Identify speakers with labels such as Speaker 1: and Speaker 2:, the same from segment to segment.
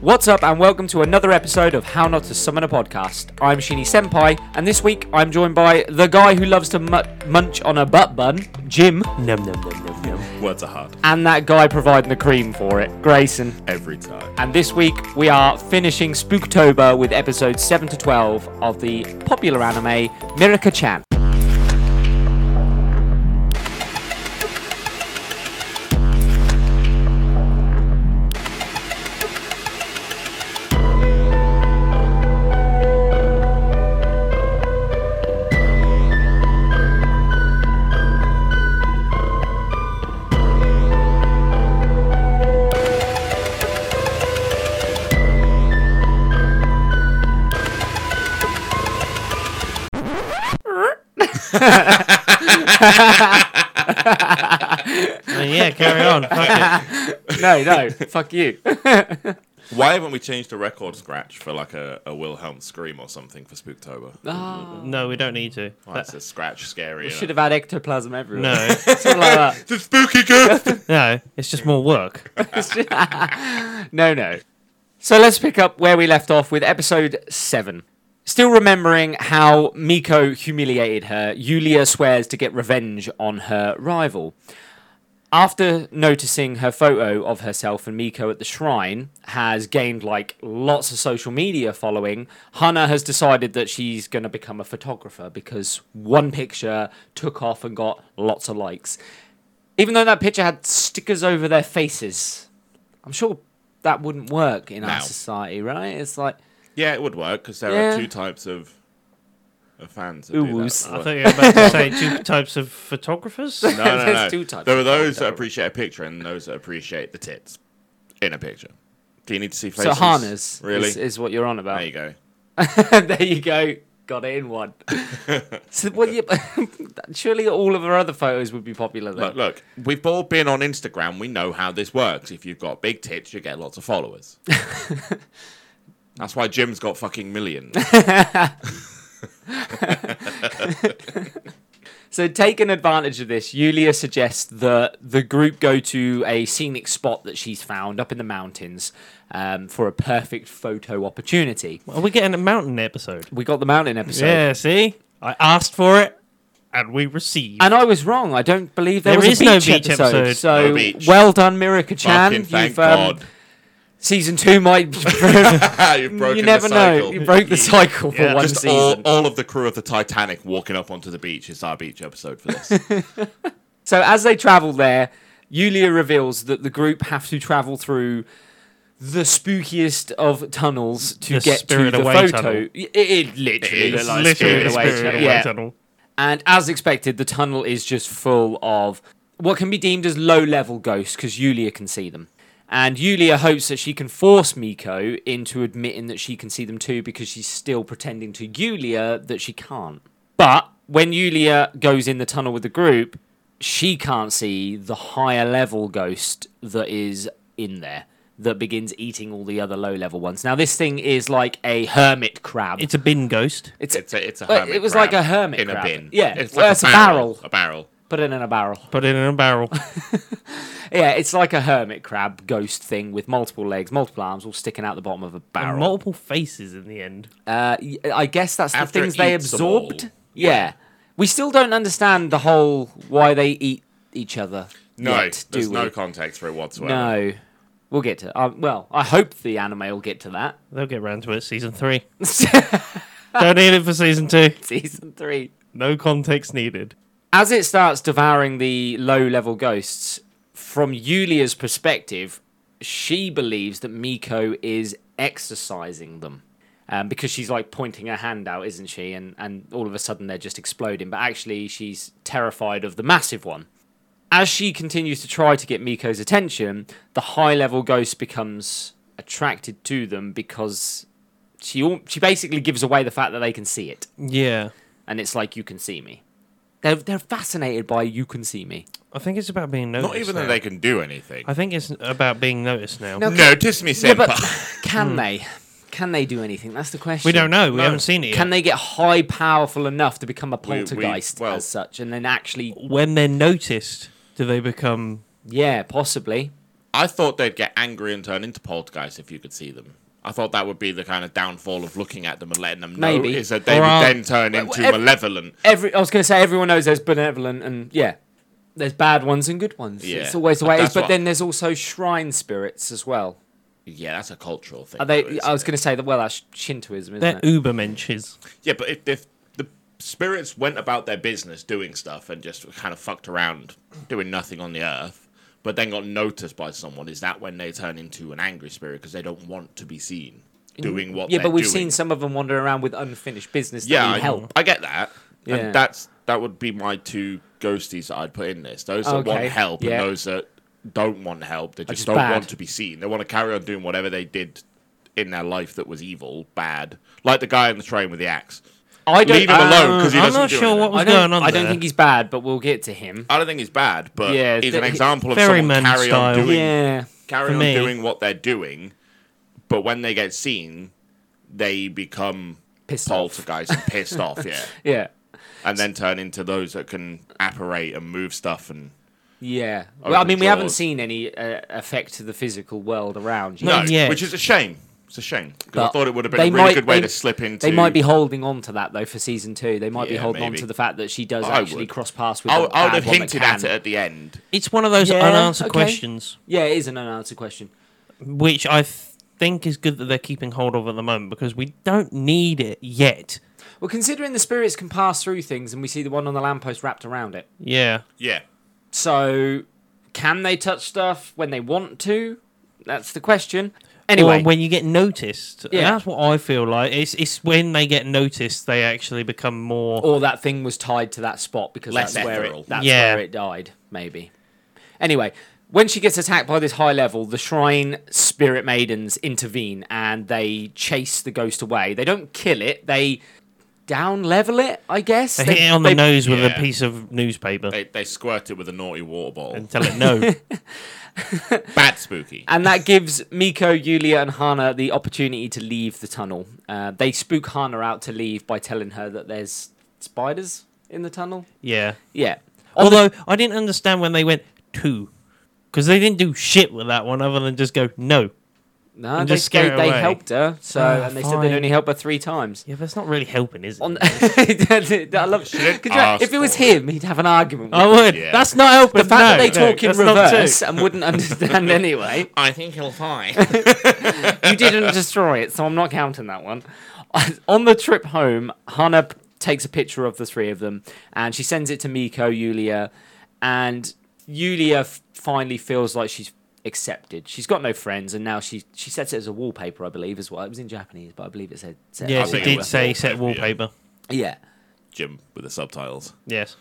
Speaker 1: What's up, and welcome to another episode of How Not to Summon a Podcast. I'm Shinny Senpai, and this week I'm joined by the guy who loves to mu- munch on a butt bun, Jim,
Speaker 2: Num num num num num.
Speaker 3: Words are hard
Speaker 1: and that guy providing the cream for it, Grayson.
Speaker 3: every time.
Speaker 1: And this week we are finishing Spooktober with episodes 7 to 12 of the popular anime Miraka Chan.
Speaker 2: yeah, carry on. Fuck it.
Speaker 1: No, no, fuck you.
Speaker 3: Why haven't we changed the record scratch for like a, a Wilhelm scream or something for Spooktober?
Speaker 2: No, we don't need to.
Speaker 3: Why it's a scratch scary.
Speaker 1: Should have had ectoplasm everywhere.
Speaker 2: No,
Speaker 1: Something like that.
Speaker 3: the spooky ghost.
Speaker 2: no, it's just more work.
Speaker 1: no, no. So let's pick up where we left off with episode 7. Still remembering how Miko humiliated her, Yulia swears to get revenge on her rival. After noticing her photo of herself and Miko at the shrine has gained like lots of social media following, Hana has decided that she's going to become a photographer because one picture took off and got lots of likes. Even though that picture had stickers over their faces. I'm sure that wouldn't work in our
Speaker 3: No.
Speaker 1: society, right? It's like,
Speaker 3: yeah, it would work because there
Speaker 1: Yeah.
Speaker 3: are two types of, of fans. That
Speaker 1: Ooh-woos.
Speaker 3: Do
Speaker 2: I
Speaker 3: that.
Speaker 2: thought you were about to say two types of photographers.
Speaker 3: no, no, no.
Speaker 1: There's two types
Speaker 3: There are
Speaker 1: of
Speaker 3: those
Speaker 1: fans,
Speaker 3: that
Speaker 1: don't
Speaker 3: appreciate a picture and those that appreciate the tits in a picture. Do you need to see
Speaker 1: so
Speaker 3: faces?
Speaker 1: Hana's
Speaker 3: Really?
Speaker 1: is, uh, is what you're on about.
Speaker 3: there you go.
Speaker 1: there you go. Got it in one. so what you, surely all of her other photos would be popular then.
Speaker 3: Look, look, we've all been on Instagram. We know how this works. If you've got big tits, you get lots of followers. That's why Jim's got fucking millions.
Speaker 1: So taking advantage of this, Yulia suggests that the group go to a scenic spot that she's found up in the mountains um, for a perfect photo opportunity.
Speaker 2: Are we getting a mountain episode?
Speaker 1: We got the mountain episode.
Speaker 2: yeah, see, I asked for it, and we received.
Speaker 1: And I was wrong. I don't believe there,
Speaker 2: There
Speaker 1: was
Speaker 2: is
Speaker 1: a
Speaker 2: no
Speaker 1: beach,
Speaker 2: beach
Speaker 1: episode.
Speaker 2: episode.
Speaker 1: So
Speaker 3: No beach.
Speaker 1: well done, Mirika Chan.
Speaker 3: fucking thank
Speaker 1: You've um,
Speaker 3: God.
Speaker 1: season two might
Speaker 3: You've broken
Speaker 1: you never
Speaker 3: the
Speaker 1: know.
Speaker 3: cycle.
Speaker 1: You broke the cycle for
Speaker 2: Yeah.
Speaker 1: one
Speaker 3: Just
Speaker 1: season.
Speaker 3: all, all of the crew of the Titanic walking up onto the beach is our beach episode for this.
Speaker 1: So as they travel there, Yulia reveals that the group have to travel through the spookiest of tunnels to
Speaker 2: The
Speaker 1: get to
Speaker 2: Spirit
Speaker 1: the
Speaker 2: Away
Speaker 1: photo.
Speaker 2: tunnel.
Speaker 1: It, it literally
Speaker 3: It
Speaker 1: looked
Speaker 3: is
Speaker 1: like
Speaker 2: literally
Speaker 1: Spirit
Speaker 2: the
Speaker 3: the
Speaker 1: Away
Speaker 2: spirit
Speaker 1: tunnel.
Speaker 2: away
Speaker 1: Yeah.
Speaker 2: tunnel.
Speaker 1: And as expected, the tunnel is just full of what can be deemed as low-level ghosts because Yulia can see them. And Yulia hopes that she can force Miko into admitting that she can see them too because she's still pretending to Yulia that she can't. But when Yulia goes in the tunnel with the group, she can't see the higher level ghost that is in there that begins eating all the other low level ones. Now this thing is like a hermit crab.
Speaker 2: It's a bin ghost.
Speaker 1: it's,
Speaker 3: It's a, it's a
Speaker 1: Well,
Speaker 3: hermit
Speaker 1: it was
Speaker 3: crab
Speaker 1: like a hermit
Speaker 3: in
Speaker 1: crab.
Speaker 3: a bin.
Speaker 1: Yeah,
Speaker 3: it's
Speaker 1: well,
Speaker 3: like
Speaker 1: it's a barrel.
Speaker 3: A barrel.
Speaker 1: put it in a barrel.
Speaker 2: Put it in a barrel.
Speaker 1: Yeah, it's like a hermit crab ghost thing with multiple legs, multiple arms, all sticking out the bottom of a barrel.
Speaker 2: Multiple faces in the end.
Speaker 1: uh, y- I guess that's the
Speaker 3: After it
Speaker 1: things they
Speaker 3: eats them
Speaker 1: absorbed.
Speaker 3: all.
Speaker 1: Yeah. we still don't understand the whole why they eat each other.
Speaker 3: No,
Speaker 1: yet, do
Speaker 3: there's
Speaker 1: we?
Speaker 3: no context for it whatsoever.
Speaker 1: no. We'll get to. Um, well, I hope the anime will get to that.
Speaker 2: They'll get round to it. Season three. don't need it for season two.
Speaker 1: Season three.
Speaker 2: No context needed.
Speaker 1: As it starts devouring the low level ghosts, from Yulia's perspective, she believes that Miko is exercising them. Um, because she's like pointing her hand out, isn't she? And and all of a sudden they're just exploding. But actually, she's terrified of the massive one. As she continues to try to get Miko's attention, the high level ghost becomes attracted to them because she al- she basically gives away the fact that they can see it
Speaker 2: Yeah.
Speaker 1: and it's like you can see me. They're they're fascinated by you can see me.
Speaker 2: I think it's about being noticed.
Speaker 3: Not even
Speaker 2: now.
Speaker 3: that they can do anything.
Speaker 2: I think it's about being noticed now.
Speaker 1: No,
Speaker 3: Notice me,
Speaker 1: Yeah,
Speaker 3: senpai.
Speaker 1: but can they? Can they do anything? That's the question.
Speaker 2: Hmm. we don't know. We
Speaker 3: No.
Speaker 2: haven't seen it yet.
Speaker 1: Can they get high powerful enough to become a
Speaker 3: we-
Speaker 1: poltergeist
Speaker 3: well-
Speaker 1: as such, and then actually,
Speaker 2: when they're noticed, do they become
Speaker 1: yeah, possibly.
Speaker 3: I thought they'd get angry and turn into poltergeists if you could see them. I thought that would be the kind of downfall of looking at them and letting them know
Speaker 1: Maybe.
Speaker 3: is that they
Speaker 2: Or,
Speaker 3: would
Speaker 2: uh,
Speaker 3: then turn into
Speaker 1: ev-
Speaker 3: malevolent.
Speaker 1: Every I was going to say everyone knows there's benevolent and yeah, there's bad ones and good ones.
Speaker 3: Yeah.
Speaker 1: It's always the way it is.
Speaker 3: That's
Speaker 1: But
Speaker 3: what-
Speaker 1: then there's also shrine spirits as well.
Speaker 3: Yeah, that's a cultural thing.
Speaker 1: Are they?
Speaker 3: though, isn't
Speaker 1: I was
Speaker 3: it?
Speaker 1: going to say that. Well, that's Shintoism, isn't
Speaker 2: They're
Speaker 1: it?
Speaker 2: ubermenches.
Speaker 3: Yeah, but if, if the spirits went about their business doing stuff and just kind of fucked around doing nothing on the earth, but then got noticed by someone, is that when they turn into an angry spirit because they don't want to be seen doing what?
Speaker 1: Mm. Yeah,
Speaker 3: they're
Speaker 1: but we've
Speaker 3: doing?
Speaker 1: seen some of them wander around with unfinished business that
Speaker 3: Yeah,
Speaker 1: need
Speaker 3: I,
Speaker 1: help.
Speaker 3: I get that.
Speaker 1: Yeah.
Speaker 3: And that's that would be my two ghosties that I'd put in this. Those that want
Speaker 1: Okay,
Speaker 3: help
Speaker 1: yeah.
Speaker 3: and those that don't want help. They just,
Speaker 1: just
Speaker 3: don't
Speaker 1: bad.
Speaker 3: want to be seen. They want to carry on doing whatever they did in their life that was evil, bad. Like the guy in the train with the axe.
Speaker 1: I
Speaker 3: Leave him alone because he
Speaker 2: I'm
Speaker 3: doesn't
Speaker 2: not
Speaker 3: do
Speaker 2: sure
Speaker 3: anything.
Speaker 2: what was
Speaker 1: I don't,
Speaker 2: going on
Speaker 1: I don't
Speaker 2: there?
Speaker 1: think he's bad, but we'll get to him.
Speaker 3: I don't think he's bad, but
Speaker 1: Yeah,
Speaker 3: he's
Speaker 1: th-
Speaker 3: an example of
Speaker 2: very
Speaker 3: someone
Speaker 2: man
Speaker 3: carry on
Speaker 2: style.
Speaker 3: doing
Speaker 1: Yeah.
Speaker 3: carry
Speaker 2: For
Speaker 3: on
Speaker 2: me.
Speaker 3: doing what they're doing, but when they get seen, they become
Speaker 1: Pissed off.
Speaker 3: poltergeist and pissed off, yeah,
Speaker 1: Yeah.
Speaker 3: and then turn into those that can apparate and move stuff and
Speaker 1: Yeah. Well, I
Speaker 3: Open
Speaker 1: mean, we haven't
Speaker 3: drawers.
Speaker 1: seen any uh, effect to the physical world around you.
Speaker 2: No,
Speaker 3: no,
Speaker 2: yet.
Speaker 3: which is a shame. It's a shame because I
Speaker 1: But
Speaker 3: thought it would have been
Speaker 1: they
Speaker 3: a really
Speaker 1: might-
Speaker 3: good way
Speaker 1: they-
Speaker 3: to slip into.
Speaker 1: They might be holding on to that though for season two. They might be
Speaker 3: Yeah,
Speaker 1: holding on
Speaker 3: maybe.
Speaker 1: to the fact that she does
Speaker 3: I
Speaker 1: actually
Speaker 3: would.
Speaker 1: cross paths with.
Speaker 3: I,
Speaker 1: a
Speaker 3: would- I would
Speaker 1: bad
Speaker 3: have
Speaker 1: one that
Speaker 3: hinted at
Speaker 1: can.
Speaker 3: it at the end.
Speaker 2: It's one of those
Speaker 1: Yeah,
Speaker 2: unanswered
Speaker 1: okay.
Speaker 2: questions,
Speaker 1: Yeah, it is an unanswered question.
Speaker 2: which I think is good that they're keeping hold of at the moment because we don't need it yet.
Speaker 1: Well, considering the spirits can pass through things, and we see the one on the lamppost wrapped around it,
Speaker 2: Yeah.
Speaker 3: Yeah,
Speaker 1: so can they touch stuff when they want to? That's the question.
Speaker 2: Anyway,
Speaker 1: Anyway,
Speaker 2: when you get noticed,
Speaker 1: Yeah.
Speaker 2: yeah. that's what I feel like. It's it's when they get noticed, they actually become more.
Speaker 1: or that thing was tied to that spot because
Speaker 3: Less
Speaker 1: that's where
Speaker 3: ethereal.
Speaker 1: it, that's
Speaker 2: Yeah.
Speaker 1: where it died. Maybe. Anyway, when she gets attacked by this high level, the shrine spirit maidens intervene and they chase the ghost away. They don't kill it. They down level it, I guess.
Speaker 2: they hit it on the nose with
Speaker 3: yeah.
Speaker 2: a piece of newspaper
Speaker 3: they they squirt it with a naughty water bottle.
Speaker 2: and tell it no.
Speaker 3: Bad spooky.
Speaker 1: And that gives Miko, Yulia, and Hana the opportunity to leave the tunnel. Uh, they spook Hana out to leave by telling her that there's spiders in the tunnel.
Speaker 2: yeah.
Speaker 1: Yeah. On the-
Speaker 2: Although I didn't understand when they went two, because they didn't do shit with that one other than just go no.
Speaker 1: no,
Speaker 2: and
Speaker 1: they,
Speaker 2: just scare
Speaker 1: they,
Speaker 2: it
Speaker 1: they
Speaker 2: away.
Speaker 1: helped her, so
Speaker 2: Ah,
Speaker 1: and they said they'd
Speaker 2: fine.
Speaker 1: only help her three times.
Speaker 2: Yeah, that's not really helping, is it?
Speaker 1: On, I love. Could you-
Speaker 3: ask
Speaker 1: if it was
Speaker 3: for
Speaker 1: him, he'd have an argument. With
Speaker 2: I would.
Speaker 3: Yeah.
Speaker 2: That's not helping.
Speaker 1: The fact that they talk in reverse
Speaker 2: Not
Speaker 1: and wouldn't understand anyway.
Speaker 3: I think he'll find.
Speaker 1: you didn't destroy it, so I'm not counting that one. On the trip home, Hana p- takes a picture of the three of them and she sends it to Miko, Yulia, and Yulia f- finally feels like she's accepted. She's got no friends, and now she she sets it as a wallpaper, I believe, as well. It was in Japanese, but I believe it said. said
Speaker 2: yes,
Speaker 3: think
Speaker 2: it
Speaker 3: it
Speaker 2: did
Speaker 3: was
Speaker 2: say set
Speaker 3: wallpaper, yeah.
Speaker 2: wallpaper.
Speaker 1: Yeah.
Speaker 3: Jim with the subtitles.
Speaker 2: Yes.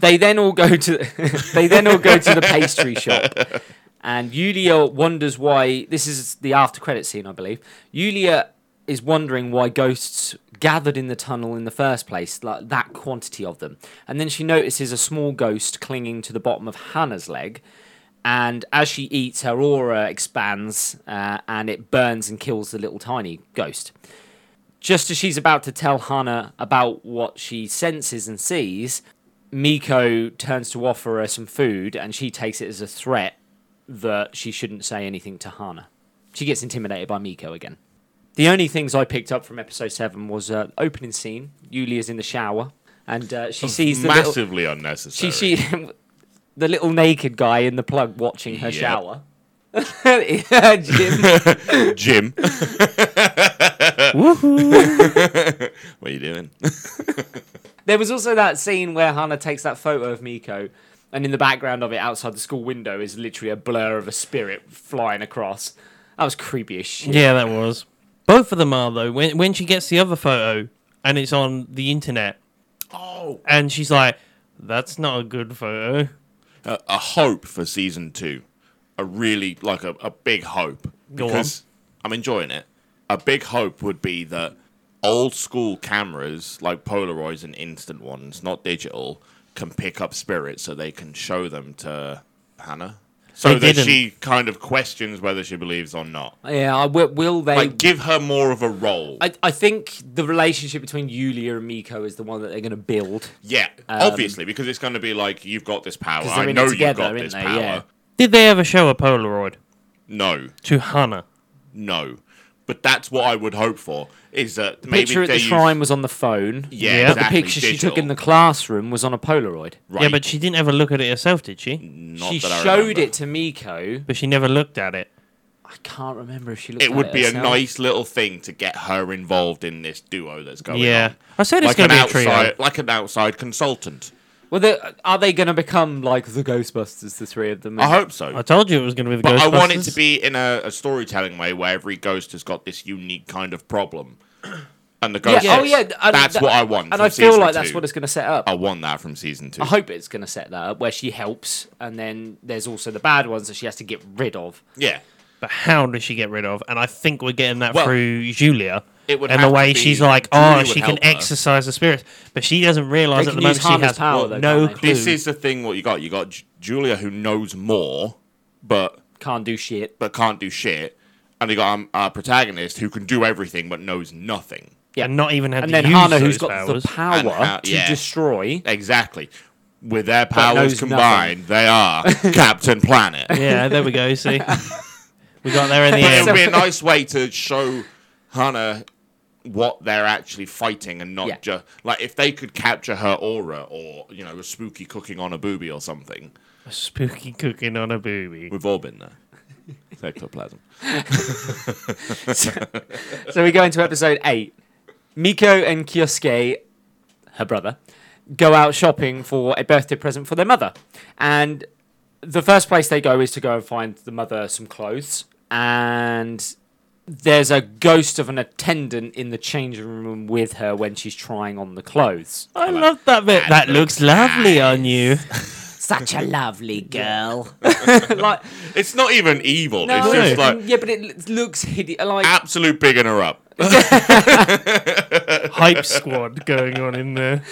Speaker 1: they then all go to they then all go to the pastry shop and Yulia wonders why this is the after credit scene I believe Yulia is wondering why ghosts gathered in the tunnel in the first place like that quantity of them and then she notices a small ghost clinging to the bottom of Hannah's leg and as she eats her aura expands uh, and it burns and kills the little tiny ghost just as she's about to tell Hannah about what she senses and sees, Miko turns to offer her some food, and she takes it as a threat that she shouldn't say anything to Hana. She gets intimidated by Miko again. The only things I picked up from episode seven was uh, opening scene. Yulia's in the shower, and uh, she sees the little,
Speaker 3: Massively unnecessary.
Speaker 1: she she the little naked guy in the plug watching her
Speaker 3: Yep.
Speaker 1: shower. Yeah, Jim.
Speaker 3: Jim.
Speaker 2: Woohoo!
Speaker 3: What are you doing?
Speaker 1: There was also that scene where Hana takes that photo of Miko, and in the background of it, outside the school window, is literally a blur of a spirit flying across. That was creepy as shit.
Speaker 2: yeah, that was. Both of them are though. When when she gets the other photo and it's on the internet,
Speaker 3: Oh,
Speaker 2: and she's like, "That's not a good photo."
Speaker 3: a, a hope for season two. A really like a, a big hope.
Speaker 2: Go on.
Speaker 3: Because I'm enjoying it. A big hope would be that old school cameras like Polaroids and instant ones, not digital, can pick up spirits so they can show them to Hannah. So
Speaker 2: They
Speaker 3: that
Speaker 2: didn't.
Speaker 3: she kind of questions whether she believes or not.
Speaker 1: Yeah, I will, will they?
Speaker 3: Like give her more of a role.
Speaker 1: I, I think the relationship between Yulia and Miko is the one that they're going to build.
Speaker 3: yeah, obviously, because it's going to be like you've got this power.
Speaker 1: Um, they're
Speaker 3: I
Speaker 1: in it
Speaker 3: know
Speaker 1: together,
Speaker 3: you've got
Speaker 1: aren't
Speaker 3: this
Speaker 1: they?
Speaker 3: power.
Speaker 1: Yeah.
Speaker 2: Did they ever show a Polaroid?
Speaker 3: No,
Speaker 2: to Hana.
Speaker 3: no. But that's what I would hope for. Is that maybe
Speaker 1: Picture at
Speaker 3: they
Speaker 1: the
Speaker 3: use-
Speaker 1: shrine was on the phone.
Speaker 2: Yeah.
Speaker 3: Yeah,
Speaker 1: The
Speaker 3: exactly,
Speaker 1: picture she took
Speaker 3: digital.
Speaker 1: in the classroom was on a Polaroid.
Speaker 3: right. Mm.
Speaker 2: Yeah, but she didn't ever look at it herself, did she?
Speaker 3: Not
Speaker 1: she
Speaker 3: that I
Speaker 1: showed
Speaker 3: remember.
Speaker 1: it to Miko.
Speaker 2: But she never looked at it.
Speaker 1: I can't remember if she looked.
Speaker 3: It
Speaker 1: at
Speaker 3: would be a
Speaker 1: herself.
Speaker 3: nice little thing to get her involved in this duo that's going
Speaker 2: yeah,
Speaker 3: on.
Speaker 2: I said it's
Speaker 3: like
Speaker 2: going
Speaker 3: an
Speaker 2: to be a trio.
Speaker 3: outside, like an outside consultant.
Speaker 1: Well, the- are they going to become like the Ghostbusters, the three of them?
Speaker 3: I hope so.
Speaker 2: I told you it was going to be the
Speaker 3: But I
Speaker 2: Ghostbusters.
Speaker 3: want it to be in a, a storytelling way where every ghost has got this unique kind of problem. And the
Speaker 1: Yeah.
Speaker 3: ghost.
Speaker 1: Oh yeah. and
Speaker 3: that's
Speaker 1: that-
Speaker 3: what I want.
Speaker 1: And
Speaker 3: from
Speaker 1: I feel
Speaker 3: season
Speaker 1: like that's
Speaker 3: two.
Speaker 1: what it's going to set up.
Speaker 3: I want that from season two.
Speaker 1: I hope it's going to set that up where she helps, and then there's also the bad ones that she has to get rid of.
Speaker 3: Yeah.
Speaker 2: But how does she get rid of? And I think we're getting that
Speaker 3: Well,
Speaker 2: through Julia.
Speaker 3: it would
Speaker 2: and the
Speaker 3: have to
Speaker 2: way
Speaker 3: be-
Speaker 2: she's like,
Speaker 3: Julia
Speaker 2: oh,
Speaker 3: would
Speaker 2: she can
Speaker 3: help her.
Speaker 2: exercise the spirits, but she doesn't realize
Speaker 1: They
Speaker 2: at
Speaker 1: can
Speaker 2: the
Speaker 1: use
Speaker 2: moment she
Speaker 1: Hana's
Speaker 2: has
Speaker 1: power, though,
Speaker 2: no
Speaker 1: can't they?
Speaker 2: clue.
Speaker 3: This is the thing. What you got? You got J- Julia who knows more, but
Speaker 1: Can't do shit.
Speaker 3: but can't do shit, and you got um, our protagonist who can do everything but knows nothing.
Speaker 1: Yeah.
Speaker 2: and not even had
Speaker 1: And
Speaker 2: to
Speaker 1: then
Speaker 2: use
Speaker 1: Hana,
Speaker 2: those
Speaker 1: who's got
Speaker 2: powers.
Speaker 1: the power
Speaker 3: And how-
Speaker 1: to
Speaker 3: yeah.
Speaker 1: destroy.
Speaker 3: Exactly. With their
Speaker 1: knows
Speaker 3: powers combined, they are Captain Planet.
Speaker 2: yeah, there we go. See, we got there in the
Speaker 3: It would
Speaker 2: end.
Speaker 3: be a nice way to show Hannah what they're actually fighting and not
Speaker 1: Yeah.
Speaker 3: just like if they could capture her aura or you know a spooky cooking on a booby or something.
Speaker 2: Spooky cooking on a booby.
Speaker 3: We've all been there. It's Ectoplasm.
Speaker 1: So we go into episode eight. Miko and Kyosuke, her brother, go out shopping for a birthday present for their mother. And the first place they go is to go and find the mother some clothes. And there's a ghost of an attendant in the changing room with her when she's trying on the clothes.
Speaker 2: I love that bit. That looks lovely on you.
Speaker 1: Such a lovely girl. like,
Speaker 3: It's not even evil.
Speaker 1: no,
Speaker 3: it's just like
Speaker 1: yeah, but it l- looks hideous. Like,
Speaker 3: absolute bigging her up.
Speaker 2: Hype squad going on in there.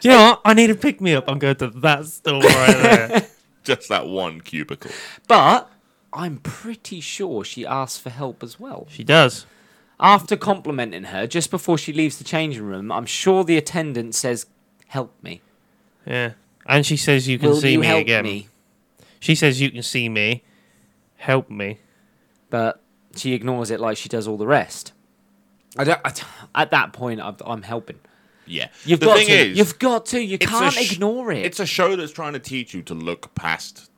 Speaker 2: Do you know what? I need a pick me up. I'm going to that store right there.
Speaker 3: Just that one cubicle.
Speaker 1: but I'm pretty sure she asks for help as well.
Speaker 2: She does.
Speaker 1: After complimenting her, just before she leaves the changing room, I'm sure the attendant says, "Help me."
Speaker 2: Yeah. And she says, "You can
Speaker 1: Will
Speaker 2: see
Speaker 1: you
Speaker 2: me
Speaker 1: help
Speaker 2: again."
Speaker 1: me?
Speaker 2: She says, "You can see me. Help me."
Speaker 1: But she ignores it like she does all the rest. I don't. I, at that point, I'm, I'm helping.
Speaker 3: Yeah.
Speaker 1: You've
Speaker 3: the
Speaker 1: got
Speaker 3: thing
Speaker 1: to.
Speaker 3: is,
Speaker 1: You've got to. You
Speaker 3: it's a
Speaker 1: can't
Speaker 3: sh-
Speaker 1: ignore it.
Speaker 3: It's a show that's trying to teach you to look past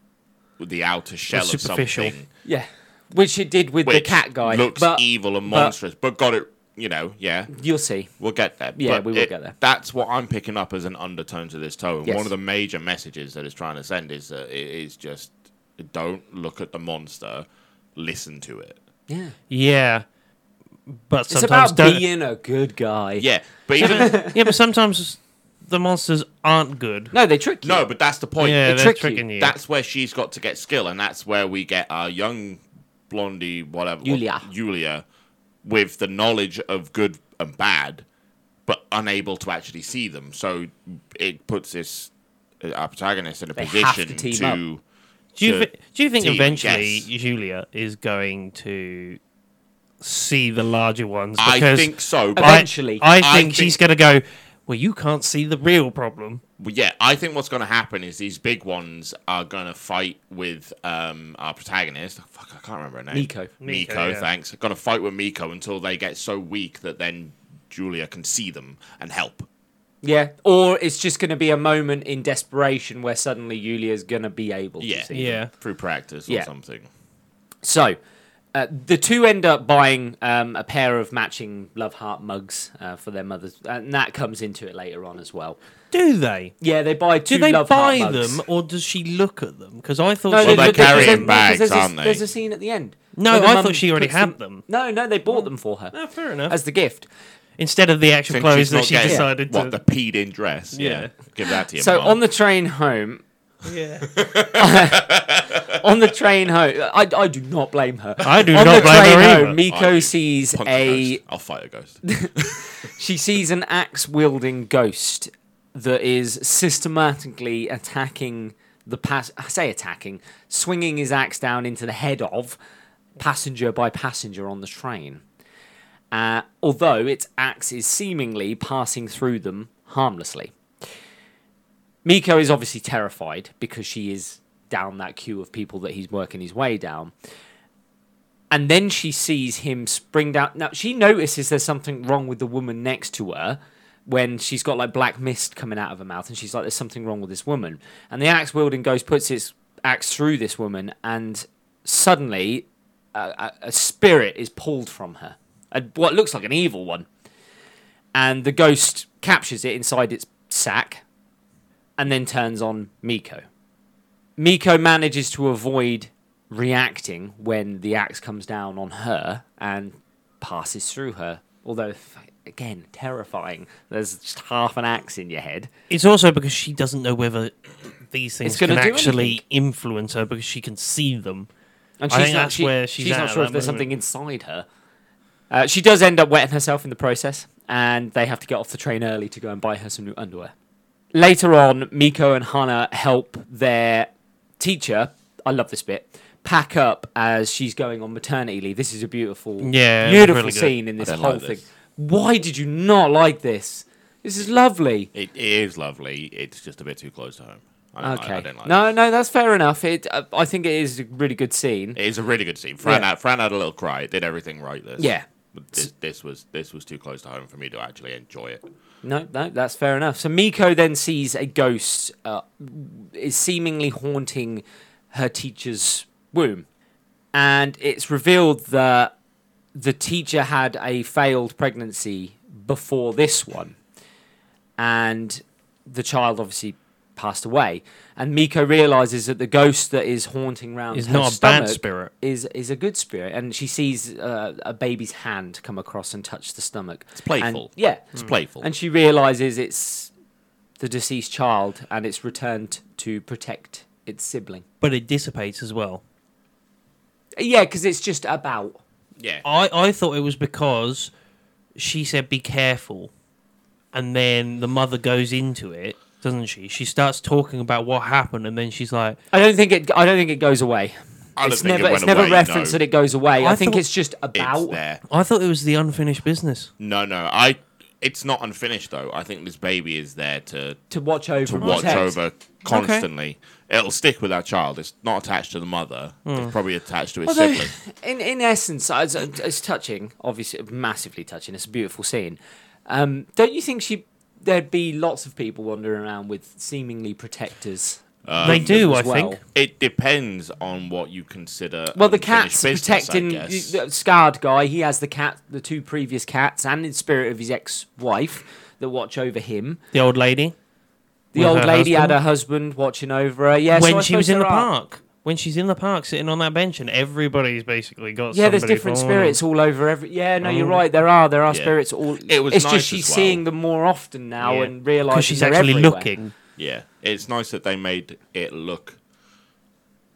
Speaker 3: the outer shell of
Speaker 2: superficial.
Speaker 3: something.
Speaker 1: yeah, which it did with the
Speaker 3: which
Speaker 1: cat guy.
Speaker 3: looks
Speaker 1: but
Speaker 3: evil and
Speaker 1: but-
Speaker 3: monstrous, but, got it. You know, yeah,
Speaker 1: you'll see.
Speaker 3: we'll get there.
Speaker 1: Yeah,
Speaker 3: But
Speaker 1: we will
Speaker 3: it-
Speaker 1: get there.
Speaker 3: That's what I'm picking up as an undertone to this tone.
Speaker 1: Yes.
Speaker 3: One of the major messages that it's trying to send is that it is just don't look at the monster, listen to it.
Speaker 1: Yeah,
Speaker 2: Yeah. But
Speaker 1: it's
Speaker 2: sometimes
Speaker 1: about
Speaker 2: don't.
Speaker 1: being a good guy.
Speaker 3: Yeah, but even
Speaker 2: yeah, but sometimes the monsters aren't good.
Speaker 1: No, they trick you.
Speaker 3: no, but that's the point.
Speaker 2: yeah,
Speaker 1: they
Speaker 2: they're
Speaker 1: trick you.
Speaker 2: tricking you.
Speaker 3: That's where she's got to get skill, and that's where we get our young blondie, whatever,
Speaker 1: Yulia.
Speaker 3: Yulia, with the knowledge of good and bad, but unable to actually see them. So it puts this uh, our protagonist in a
Speaker 1: They have to
Speaker 3: position
Speaker 1: team
Speaker 3: to.
Speaker 2: do you
Speaker 3: to
Speaker 2: thi- do you think
Speaker 3: team,
Speaker 2: eventually
Speaker 3: yes.
Speaker 2: Julia is going to see the larger ones?
Speaker 3: I
Speaker 2: Because
Speaker 3: think so. But
Speaker 1: I- Eventually.
Speaker 2: I,
Speaker 3: I
Speaker 2: think she's going to go. Well, you can't see the real problem.
Speaker 3: Well, yeah, I think what's going to happen is these big ones are going to fight with um, our protagonist. Oh, fuck, I can't remember her name.
Speaker 1: Miko.
Speaker 2: Miko,
Speaker 3: Miko,
Speaker 2: yeah.
Speaker 3: thanks. Going to fight with Miko until they get so weak that then Julia can see them and help.
Speaker 1: Yeah, or it's just going to be a moment in desperation where suddenly Yulia's going to be able
Speaker 3: Yeah.
Speaker 1: to see.
Speaker 2: Yeah.
Speaker 3: Through practice or
Speaker 1: Yeah.
Speaker 3: something.
Speaker 1: So, uh, the two end up buying um, a pair of matching love heart mugs uh, for their mothers, and that comes into it later on as well.
Speaker 2: Do they?
Speaker 1: Yeah, they buy two
Speaker 2: Do they
Speaker 1: love
Speaker 2: buy
Speaker 1: heart mugs.
Speaker 2: them, or does she look at them? Because I thought
Speaker 1: No,
Speaker 2: she
Speaker 3: Well,
Speaker 1: they-
Speaker 3: they're
Speaker 1: they- there's-
Speaker 3: carrying bags,
Speaker 1: there's a-
Speaker 3: aren't they?
Speaker 1: There's a scene at the end.
Speaker 2: No,
Speaker 1: where the
Speaker 2: I
Speaker 1: mum
Speaker 2: thought she already
Speaker 1: puts
Speaker 2: had them.
Speaker 1: No, no, they bought them for her
Speaker 2: Oh, fair enough.
Speaker 1: as the gift.
Speaker 2: Instead of the actual
Speaker 3: Since
Speaker 2: clothes
Speaker 3: she's
Speaker 2: that
Speaker 3: not
Speaker 2: she
Speaker 3: getting-
Speaker 2: decided
Speaker 3: What,
Speaker 2: to.
Speaker 3: the peed in dress? Yeah.
Speaker 2: Yeah.
Speaker 3: Give that to your
Speaker 1: So
Speaker 3: mum.
Speaker 1: on the train home,
Speaker 2: Yeah.
Speaker 1: on the train home, I, I do not blame her.
Speaker 2: I do
Speaker 1: on
Speaker 2: not
Speaker 1: the
Speaker 2: blame
Speaker 1: train
Speaker 2: her either.
Speaker 1: home, Miko
Speaker 3: I'll
Speaker 1: sees
Speaker 3: Oh, punch
Speaker 1: a
Speaker 3: ghost. I'll fight a ghost.
Speaker 1: She sees an axe wielding ghost that is systematically attacking the pass. I say attacking, swinging his axe down into the head of passenger by passenger on the train. Uh, although its axe is seemingly passing through them harmlessly. Miko is obviously terrified because she is down that queue of people that he's working his way down. And then she sees him spring down. Now she notices there's something wrong with the woman next to her when she's got like black mist coming out of her mouth, and she's like, "There's something wrong with this woman." And the axe wielding ghost puts its axe through this woman, and suddenly a, a, a spirit is pulled from her, a, what looks like an evil one, and the ghost captures it inside its sack, and then turns on Miko. Miko manages to avoid reacting when the axe comes down on her and passes through her. Although, f- again, terrifying. There's just half an axe in your head.
Speaker 2: It's also because she doesn't know whether these things
Speaker 1: gonna
Speaker 2: can
Speaker 1: do
Speaker 2: actually
Speaker 1: anything.
Speaker 2: influence her because she can see them.
Speaker 1: And
Speaker 2: I
Speaker 1: she's
Speaker 2: think
Speaker 1: not,
Speaker 2: that's
Speaker 1: she-
Speaker 2: where she's
Speaker 1: not
Speaker 2: at
Speaker 1: sure
Speaker 2: at
Speaker 1: if
Speaker 2: that
Speaker 1: there's
Speaker 2: moment.
Speaker 1: something inside her. Uh, she does end up wetting herself in the process, and they have to get off the train early to go and buy her some new underwear. Later on, Miko and Hana help their teacher. I love this bit. Pack up as she's going on maternity leave. This is a beautiful,
Speaker 2: Yeah, it was
Speaker 1: beautiful
Speaker 2: really good.
Speaker 1: scene in this
Speaker 3: don't
Speaker 1: whole
Speaker 3: like
Speaker 1: thing.
Speaker 3: this.
Speaker 1: Why did you not like this? This is lovely.
Speaker 3: It is lovely. It's just a bit too close to home. I don't,
Speaker 1: Okay.
Speaker 3: I, I don't like
Speaker 1: no,
Speaker 3: it.
Speaker 1: no, that's fair enough. It, uh, I think it is a really good scene.
Speaker 3: It is a really good scene. Fran,
Speaker 1: Yeah.
Speaker 3: had, Fran had a little cry. It did everything right. This.
Speaker 1: Yeah.
Speaker 3: But This, this was this was too close to home for me to actually enjoy it.
Speaker 1: No, no, that's fair enough. So Miko then sees a ghost uh, is seemingly haunting her teacher's womb, and it's revealed that the teacher had a failed pregnancy before this one, and the child obviously passed away. And Miko realizes that the ghost that is haunting round
Speaker 2: Is
Speaker 1: her
Speaker 2: not a
Speaker 1: stomach
Speaker 2: bad spirit.
Speaker 1: Is is a good spirit, and she sees uh, a baby's hand come across and touch the stomach. It's
Speaker 3: playful.
Speaker 1: yeah,
Speaker 3: It's playful.
Speaker 1: Mm. and she realizes it's the deceased child and it's returned to protect its sibling.
Speaker 2: But it dissipates as well.
Speaker 1: Yeah, because it's just about.
Speaker 3: yeah.
Speaker 2: I, I thought it was because she said, be careful. And then the mother goes into it, doesn't she? She starts talking about what happened, and then she's like,
Speaker 1: I don't think it. I don't think it goes away.
Speaker 3: I don't
Speaker 1: it's
Speaker 3: think it
Speaker 1: never.
Speaker 3: went
Speaker 1: it's never
Speaker 3: away,
Speaker 1: referenced
Speaker 3: no.
Speaker 1: that it goes away. I,
Speaker 2: I
Speaker 1: think
Speaker 2: thought-
Speaker 1: it's just about.
Speaker 3: It's there.
Speaker 2: I thought it was the unfinished business.
Speaker 3: No, no. I. It's not unfinished though. I think this baby is there to
Speaker 1: to watch over.
Speaker 3: to
Speaker 1: and
Speaker 3: watch
Speaker 1: protect.
Speaker 3: over constantly. It'll stick with that child. It's not attached to the mother. It's probably attached to its
Speaker 1: Mm. Although,
Speaker 3: sibling.
Speaker 1: in in essence, it's, it's touching. Obviously, massively touching. It's a beautiful scene. Um, don't you think she? There'd be lots of people wandering around with seemingly protectors.
Speaker 2: they do, I
Speaker 1: as Uh, well.
Speaker 2: think.
Speaker 3: It depends on what you consider.
Speaker 1: Well, the
Speaker 3: unfinished
Speaker 1: cat's
Speaker 3: business, I
Speaker 1: protecting
Speaker 3: guess.
Speaker 1: the scarred guy. He has the cat, the two previous cats, and in spirit of his ex-wife that watch over him.
Speaker 2: The old lady.
Speaker 1: The
Speaker 2: With
Speaker 1: old
Speaker 2: her
Speaker 1: lady had
Speaker 2: husband?
Speaker 1: her husband watching over her. Yeah, so I
Speaker 2: when she
Speaker 1: suppose
Speaker 2: was in
Speaker 1: there
Speaker 2: the
Speaker 1: are-
Speaker 2: park. When she's in the park sitting on that bench, and everybody's basically got
Speaker 1: Yeah, there's
Speaker 2: somebody
Speaker 1: different
Speaker 2: for
Speaker 1: spirits
Speaker 2: them.
Speaker 1: all over every. Yeah, no, you're
Speaker 2: Oh.
Speaker 1: right. There are there are
Speaker 3: Yeah.
Speaker 1: spirits all.
Speaker 3: It was
Speaker 1: It's
Speaker 3: nice
Speaker 1: just she's
Speaker 3: as well.
Speaker 1: seeing them more often now
Speaker 2: Yeah.
Speaker 1: and realizing
Speaker 2: she's
Speaker 1: they're
Speaker 2: actually
Speaker 1: everywhere.
Speaker 2: looking.
Speaker 3: Yeah, it's nice that they made it look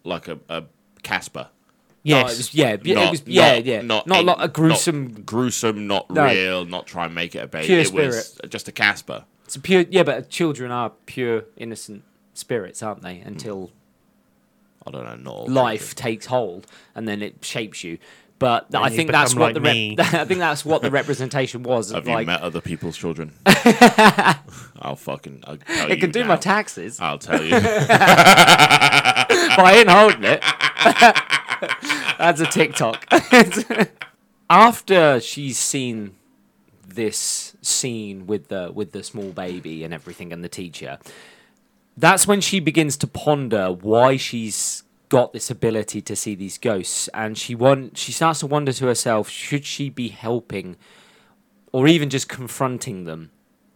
Speaker 3: like a, a Casper.
Speaker 1: No, it
Speaker 2: Yes.
Speaker 1: was- yeah, yeah, it
Speaker 3: Not-
Speaker 1: was, yeah,
Speaker 3: not-
Speaker 1: yeah.
Speaker 3: Not,
Speaker 1: not like a gruesome.
Speaker 3: gruesome, not
Speaker 1: No.
Speaker 3: real, not try and make it a baby.
Speaker 1: Pure
Speaker 3: it was just a Casper.
Speaker 1: It's a pure. Yeah, but children are pure innocent spirits, aren't they? Until
Speaker 3: I don't know, not all
Speaker 1: life
Speaker 3: children.
Speaker 1: takes hold and then it shapes you. But I
Speaker 2: you
Speaker 1: think that's
Speaker 2: become
Speaker 1: what
Speaker 2: like
Speaker 1: the rep-
Speaker 2: me.
Speaker 1: I think that's what the representation was. of
Speaker 3: Have
Speaker 1: like
Speaker 3: you met other people's children? I'll fucking. I'll tell
Speaker 1: it
Speaker 3: you
Speaker 1: can do my
Speaker 3: now.
Speaker 1: taxes,
Speaker 3: I'll tell you.
Speaker 1: but I ain't holding it. that's a TikTok. After she's seen this scene with the with the small baby and everything and the teacher, that's when she begins to ponder why she's got this ability to see these ghosts and she want she starts to wonder to herself should she be helping or even just confronting them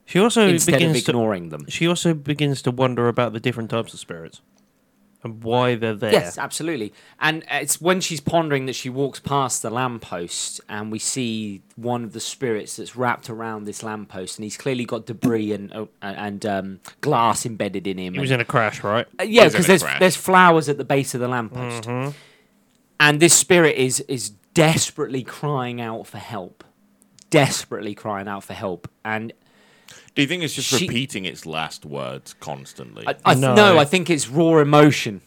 Speaker 2: She also
Speaker 1: instead of
Speaker 2: begins to
Speaker 1: ignoring them
Speaker 2: She also begins to wonder about the different types of spirits and why they're there.
Speaker 1: yes absolutely and uh, it's when she's pondering that she walks past the lamppost and we see one of the spirits that's wrapped around this lamppost and he's clearly got debris and uh, and um, glass embedded in him
Speaker 2: He was
Speaker 1: and-
Speaker 2: in a crash, right?
Speaker 1: Uh, yeah,
Speaker 3: He's in
Speaker 1: because
Speaker 3: a
Speaker 1: there's
Speaker 3: crash.
Speaker 1: there's flowers at the base of the lamppost,
Speaker 2: Mm-hmm.
Speaker 1: and this spirit is is desperately crying out for help, desperately crying out for help. And
Speaker 3: Do you think it's just
Speaker 1: She-
Speaker 3: repeating its last words constantly?
Speaker 1: I, I no.
Speaker 2: No.
Speaker 1: I think it's raw emotion.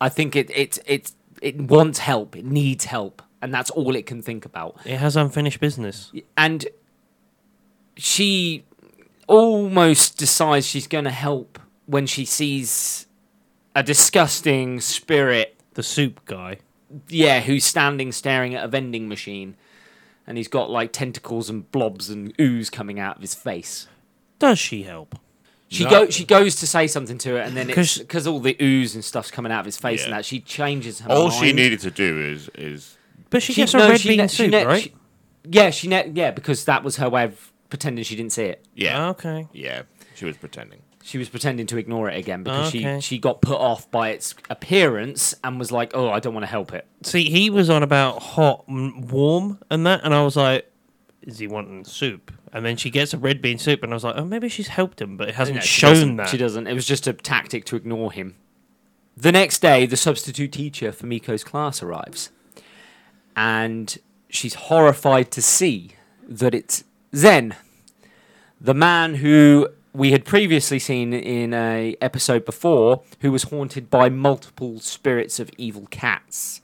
Speaker 1: I think it it it it wants help. It needs help, and that's all it can think about.
Speaker 2: It has unfinished business.
Speaker 1: and she almost decides she's going to help when she sees a disgusting spirit
Speaker 2: The soup guy.
Speaker 1: yeah, who's standing staring at a vending machine, and he's got like tentacles and blobs and ooze coming out of his face.
Speaker 2: Does she help?
Speaker 1: She
Speaker 3: No.
Speaker 1: go she goes to say something to it, and then it's
Speaker 2: 'Cause-
Speaker 1: because all the ooze and stuff's coming out of his face, and
Speaker 3: Yeah.
Speaker 1: that she changes her.
Speaker 3: All
Speaker 1: mind.
Speaker 3: she needed to do is is
Speaker 2: But she,
Speaker 1: She-
Speaker 2: gets a
Speaker 1: no,
Speaker 2: red
Speaker 1: she
Speaker 2: bean
Speaker 1: ne- she
Speaker 2: soup,
Speaker 1: ne-
Speaker 2: right?
Speaker 1: she- Yeah, she ne- yeah because that was her way of pretending she didn't see it.
Speaker 3: yeah
Speaker 2: Okay.
Speaker 3: yeah she was pretending.
Speaker 1: She was pretending to ignore it again because
Speaker 2: Okay.
Speaker 1: she she got put off by its appearance and was like, "Oh, I don't want to help it."
Speaker 2: See, he was on about hot, and warm, and that, and I was like, "Is he wanting soup?" And then she gets a red bean soup, and I was like, "Oh, maybe she's helped him, but it hasn't
Speaker 1: No, she
Speaker 2: shown
Speaker 1: doesn't-
Speaker 2: that."
Speaker 1: She doesn't. It was just a tactic to ignore him. The next day, the substitute teacher for Miko's class arrives. And she's horrified to see that it's Zen, the man who we had previously seen in a episode before, who was haunted by multiple spirits of evil cats.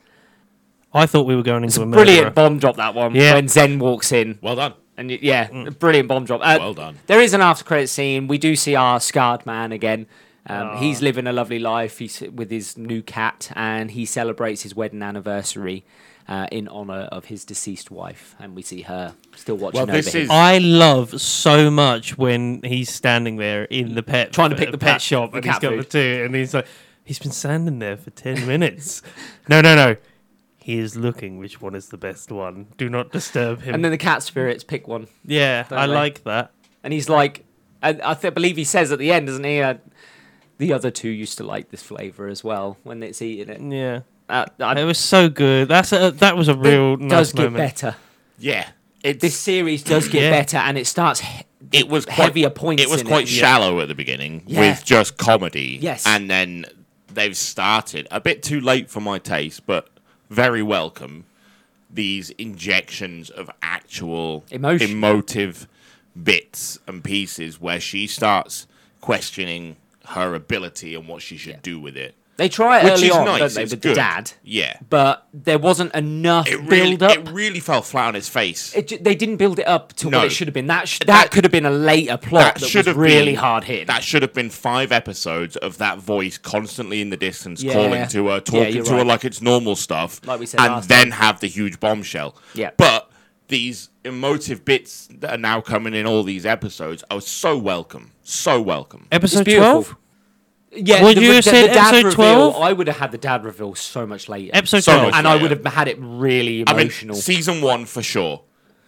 Speaker 2: I thought we were going into a murderer.
Speaker 1: Brilliant bomb drop that one
Speaker 2: Yeah.
Speaker 1: when Zen walks in.
Speaker 3: Well done.
Speaker 1: And y- yeah, a brilliant bomb drop. Uh,
Speaker 3: Mm. Well done.
Speaker 1: There is an after credit scene. We do see our scarred man again. Um,
Speaker 3: Ah.
Speaker 1: He's living a lovely life. He's with his new cat, and he celebrates his wedding anniversary uh, in honor of his deceased wife. And we see her still watching
Speaker 3: Well,
Speaker 1: over
Speaker 3: this
Speaker 1: him.
Speaker 3: is
Speaker 2: I love so much when he's standing there in the pet uh,
Speaker 1: Trying to pick the
Speaker 2: pet
Speaker 1: cat-
Speaker 2: shop,
Speaker 1: the
Speaker 2: and
Speaker 1: cat
Speaker 2: he's got the
Speaker 1: food.
Speaker 2: two, and he's like, he's been standing there for ten minutes. No, no, no. He is looking which one is the best one. Do not disturb him.
Speaker 1: and then the cat spirits pick one,
Speaker 2: yeah,
Speaker 1: Don't
Speaker 2: I
Speaker 1: they?
Speaker 2: like that.
Speaker 1: and he's like, and I th- believe he says at the end, doesn't he? Uh, the other two used to like this flavor as well when it's eating it.
Speaker 2: Yeah,
Speaker 1: Uh, I-
Speaker 2: it was so good. That's a, that was a real
Speaker 1: it
Speaker 2: nice
Speaker 1: does get
Speaker 2: moment.
Speaker 1: better.
Speaker 3: yeah it's
Speaker 1: This series does get
Speaker 2: Yeah.
Speaker 1: better, and it starts. he-
Speaker 3: it was quite,
Speaker 1: heavier points
Speaker 3: It was
Speaker 1: in
Speaker 3: quite
Speaker 1: it.
Speaker 3: shallow at the beginning
Speaker 1: Yeah.
Speaker 3: with just comedy.
Speaker 1: Yes.
Speaker 3: and then they've started a bit too late for my taste, but very welcome. These injections of actual
Speaker 1: Emotion.
Speaker 3: emotive bits and pieces where she starts questioning her ability and what she should do with it,
Speaker 1: They try it
Speaker 3: which
Speaker 1: early
Speaker 3: is
Speaker 1: on,
Speaker 3: nice.
Speaker 1: don't they,
Speaker 3: it's
Speaker 1: with
Speaker 3: good.
Speaker 1: the dad?
Speaker 3: yeah.
Speaker 1: but there wasn't enough
Speaker 3: It really,
Speaker 1: build up.
Speaker 3: it really fell flat on his face.
Speaker 1: It ju- they didn't build it up to
Speaker 3: No.
Speaker 1: what it should have been. That sh- that,
Speaker 3: That-
Speaker 1: could have been a later plot that, should was really hard hitting.
Speaker 3: That should have been five episodes of that voice constantly in the distance,
Speaker 1: Yeah.
Speaker 3: calling to her, talking
Speaker 1: you're
Speaker 3: to her
Speaker 1: right.
Speaker 3: like it's normal stuff,
Speaker 1: Like we said
Speaker 3: and
Speaker 1: last
Speaker 3: then have the huge bombshell.
Speaker 1: Yeah.
Speaker 3: But these emotive bits that are now coming in all these episodes are so welcome, so welcome.
Speaker 1: It's
Speaker 2: Episode
Speaker 1: beautiful.
Speaker 2: twelve.
Speaker 1: Yeah,
Speaker 2: Would you
Speaker 1: re-
Speaker 2: have said
Speaker 1: dad
Speaker 2: episode
Speaker 1: reveal,
Speaker 2: 12?
Speaker 1: I would have had the dad reveal so much later.
Speaker 2: Episode
Speaker 3: So
Speaker 2: twelve.
Speaker 3: much-
Speaker 1: and I
Speaker 3: Yeah.
Speaker 1: would have had it really
Speaker 3: I mean,
Speaker 1: emotional.
Speaker 3: season one for sure,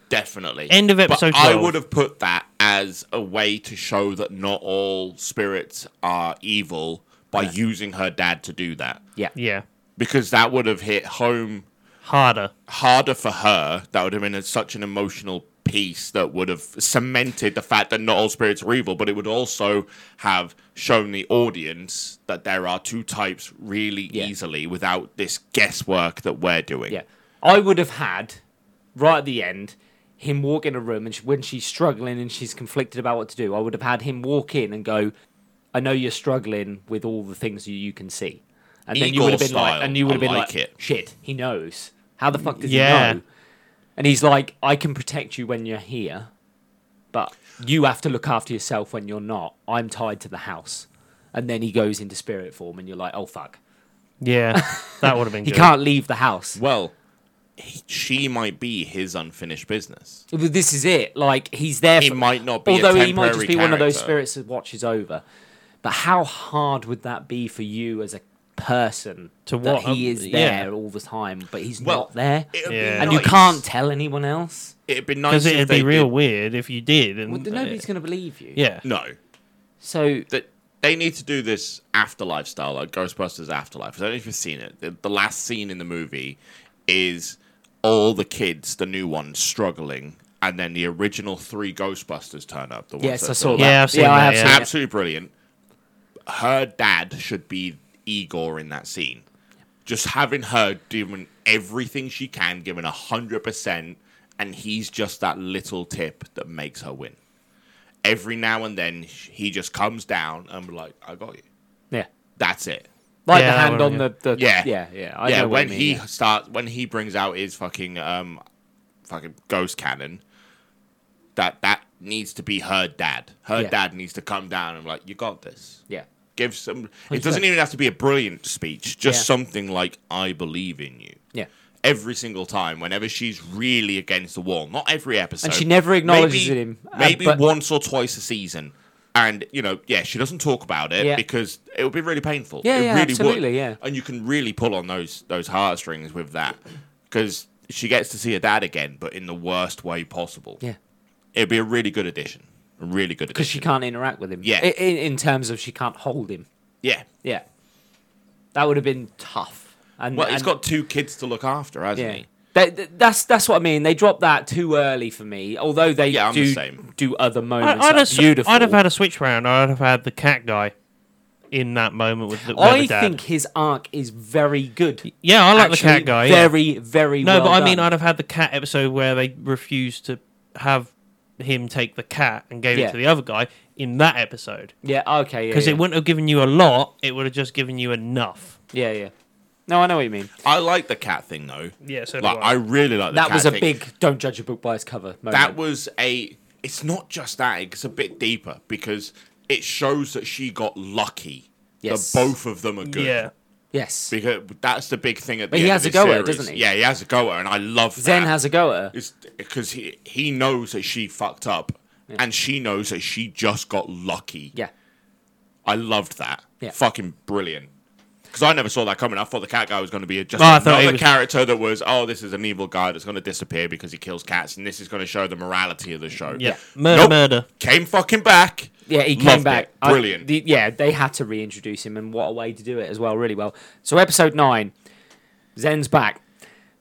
Speaker 3: definitely.
Speaker 2: End of
Speaker 3: But
Speaker 2: episode
Speaker 3: I
Speaker 2: 12.
Speaker 3: would have put that as a way to show that not all spirits are evil by using her dad to do that.
Speaker 1: yeah.
Speaker 2: Yeah,
Speaker 3: because that would have hit home
Speaker 2: harder.
Speaker 3: harder for her. That would have been a, such an emotional piece that would have cemented the fact that not all spirits are evil, but it would also have shown the audience that there are two types really
Speaker 1: Yeah.
Speaker 3: easily without this guesswork that we're doing.
Speaker 1: Yeah. I would have had, right at the end, him walk in a room and sh when she's struggling and she's conflicted about what to do, I would have had him walk in and go, I know you're struggling with all the things you, you can see. And then you
Speaker 3: Igor
Speaker 1: would have been
Speaker 3: style.
Speaker 1: like, and you would have
Speaker 3: I
Speaker 1: been
Speaker 3: like
Speaker 1: like,
Speaker 3: it.
Speaker 1: shit, he knows. How the fuck does
Speaker 2: Yeah.
Speaker 1: he know? And he's like, I can protect you when you're here, but you have to look after yourself when you're not. I'm tied to the house. And then he goes into spirit form, and you're like, oh fuck.
Speaker 2: Yeah, that would have been.
Speaker 1: He
Speaker 2: good.
Speaker 1: can't leave the house.
Speaker 3: Well, he, she might be his unfinished business.
Speaker 1: Well, This is it. Like he's there.
Speaker 3: He
Speaker 1: for,
Speaker 3: might not be a
Speaker 1: Although he might just
Speaker 3: temporary
Speaker 1: be one of those
Speaker 3: character.
Speaker 1: spirits that watches over. But how hard would that be for you as a person
Speaker 2: To
Speaker 1: that
Speaker 2: what-
Speaker 1: he is
Speaker 2: um,
Speaker 1: there
Speaker 2: yeah.
Speaker 1: all the time, but he's
Speaker 3: Well,
Speaker 1: not there,
Speaker 3: it'd be
Speaker 2: Yeah.
Speaker 1: and you
Speaker 3: nice-
Speaker 1: can't tell anyone else?
Speaker 3: It'd be nice
Speaker 2: because
Speaker 3: if
Speaker 2: it'd
Speaker 3: they
Speaker 2: be real
Speaker 3: did-
Speaker 2: weird if you did. And
Speaker 1: Well, nobody's
Speaker 2: uh,
Speaker 1: going to believe you.
Speaker 2: Yeah,
Speaker 3: No,
Speaker 1: So
Speaker 3: that they need to do this afterlife style, like Ghostbusters Afterlife. I don't know if you've seen it. The, the last scene in the movie is all the kids, the new ones, struggling, and then the original three Ghostbusters turn up. The ones
Speaker 1: yes,
Speaker 3: that
Speaker 1: I saw that.
Speaker 2: Yeah, I've seen
Speaker 1: I
Speaker 2: that,
Speaker 1: have
Speaker 2: yeah.
Speaker 1: seen it.
Speaker 3: Absolutely brilliant. Her dad should be Igor in that scene. Just having her doing everything she can, giving hundred percent, and he's just that little tip that makes her win. Every now and then, sh- he just comes down and be like, "I got you."
Speaker 1: Yeah,
Speaker 3: That's it.
Speaker 1: like
Speaker 2: Yeah,
Speaker 1: the
Speaker 2: I
Speaker 1: hand on
Speaker 2: would've-
Speaker 1: the, the
Speaker 3: Yeah.
Speaker 1: yeah yeah. I
Speaker 3: yeah,
Speaker 1: know what
Speaker 3: when
Speaker 1: you mean,
Speaker 3: he
Speaker 1: yeah.
Speaker 3: starts, when he brings out his fucking um, fucking ghost cannon, that that needs to be her dad. Her
Speaker 1: Yeah.
Speaker 3: dad needs to come down and be like, "You got this."
Speaker 1: yeah.
Speaker 3: give some. It doesn't even have to be a brilliant speech. Just
Speaker 1: Yeah.
Speaker 3: something like "I believe in you."
Speaker 1: Yeah.
Speaker 3: Every single time, whenever she's really against the wall, not every episode,
Speaker 1: she never acknowledges
Speaker 3: maybe,
Speaker 1: him, uh,
Speaker 3: maybe
Speaker 1: but-
Speaker 3: once or twice a season, and you know, yeah, she doesn't talk about it
Speaker 1: Yeah.
Speaker 3: because it would be really painful.
Speaker 1: Yeah,
Speaker 3: it
Speaker 1: yeah,
Speaker 3: really
Speaker 1: absolutely,
Speaker 3: would.
Speaker 1: yeah.
Speaker 3: And you can really pull on those those heartstrings with that because she gets to see her dad again, but in the worst way possible.
Speaker 1: Yeah.
Speaker 3: It'd be a really good addition. A really good addition.
Speaker 1: Because she can't interact with him.
Speaker 3: Yeah.
Speaker 1: I- In, in terms of she can't hold him.
Speaker 3: Yeah.
Speaker 1: Yeah. That would have been tough. And,
Speaker 3: Well, he's
Speaker 1: and-
Speaker 3: got two kids to look after, hasn't
Speaker 1: Yeah.
Speaker 3: he?
Speaker 1: That- that- that's that's what I mean. They dropped that too early for me. Although they
Speaker 3: Yeah, I'm
Speaker 1: do
Speaker 3: the same.
Speaker 1: do other moments.
Speaker 2: I, would
Speaker 1: that's
Speaker 2: have,
Speaker 1: beautiful.
Speaker 2: I'd have had a switch round. I'd have had the cat guy in that moment with the, with
Speaker 1: I
Speaker 2: the dad.
Speaker 1: think his arc is very good.
Speaker 2: yeah, I like
Speaker 1: Actually,
Speaker 2: the cat guy. yeah.
Speaker 1: Very, very.
Speaker 2: No,
Speaker 1: well
Speaker 2: but I mean,
Speaker 1: done.
Speaker 2: I'd have had the cat episode where they refused to have him take the cat and gave
Speaker 1: Yeah.
Speaker 2: it to the other guy in that episode
Speaker 1: yeah, okay, yeah,
Speaker 2: because
Speaker 1: yeah.
Speaker 2: it wouldn't have given you a lot. It would have just given you enough.
Speaker 1: yeah, yeah. No, I know what you mean.
Speaker 3: I like the cat thing though.
Speaker 2: Yeah, so do
Speaker 3: like
Speaker 2: I.
Speaker 3: I really like the
Speaker 1: that
Speaker 3: cat
Speaker 1: was a
Speaker 3: thing.
Speaker 1: big "don't judge a book by its cover" moment.
Speaker 3: That was a. It's not just that. It's a bit deeper because it shows that she got lucky.
Speaker 1: Yes.
Speaker 3: That both of them are good.
Speaker 2: Yeah,
Speaker 1: yes.
Speaker 3: Because that's the big thing at the
Speaker 1: But he
Speaker 3: end
Speaker 1: has
Speaker 3: of
Speaker 1: a
Speaker 3: this
Speaker 1: go at it,
Speaker 3: series.
Speaker 1: doesn't he?
Speaker 3: Yeah, he has a go at it, and I love that.
Speaker 1: Zen has a go at her.
Speaker 3: because he he knows that she fucked up, and she knows that she just got lucky.
Speaker 1: Yeah,
Speaker 3: I loved that.
Speaker 1: Yeah.
Speaker 3: Fucking brilliant. Because I never saw that coming. I thought the cat guy was going to be just
Speaker 2: Oh, I thought
Speaker 3: another
Speaker 2: he was-
Speaker 3: character that was, oh, this is an evil guy that's going to disappear because he kills cats, and this is going to show the morality of the show.
Speaker 2: yeah, murder,
Speaker 3: Nope.
Speaker 2: murder.
Speaker 3: Came fucking back.
Speaker 1: yeah. He came
Speaker 3: Loved
Speaker 1: back.
Speaker 3: it.
Speaker 1: I-
Speaker 3: Brilliant.
Speaker 1: the- yeah, they had to reintroduce him, and what a way to do it as well. Really well. So episode nine, Zen's back.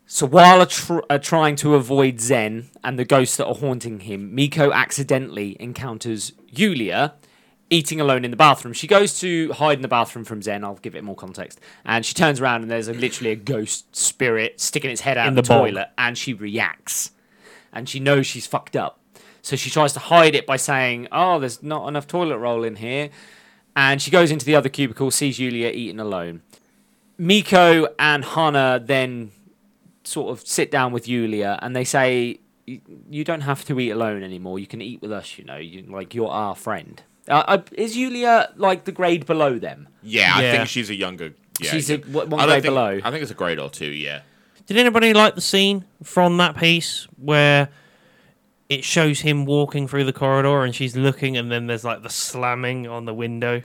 Speaker 1: So while are, tr- are trying to avoid Zen and the ghosts that are haunting him, Miko accidentally encounters Yulia eating alone in the bathroom. She goes to hide in the bathroom from Zen. I'll give it more context. And she turns around and there's a, literally a ghost spirit sticking its head out
Speaker 2: In
Speaker 1: in the,
Speaker 2: the bowl.
Speaker 1: toilet, and she reacts. And she knows she's fucked up, so she tries to hide it by saying, "Oh, there's not enough toilet roll in here." And she goes into the other cubicle, sees Yulia eating alone. Miko and Hana then sort of sit down with Yulia and they say, "You- "You don't have to eat alone anymore. You can eat with us. You know, you, like you're our friend." Uh, I, is Yulia like the grade below them?
Speaker 3: Yeah, I
Speaker 2: Yeah.
Speaker 3: think she's a younger. Yeah,
Speaker 1: She's a-
Speaker 3: yeah.
Speaker 1: one
Speaker 3: I don't
Speaker 1: grade
Speaker 3: think-
Speaker 1: below.
Speaker 3: I think it's a grade or two. Yeah.
Speaker 2: Did anybody like the scene from that piece where it shows him walking through the corridor and she's looking, and then there's like the slamming on the window?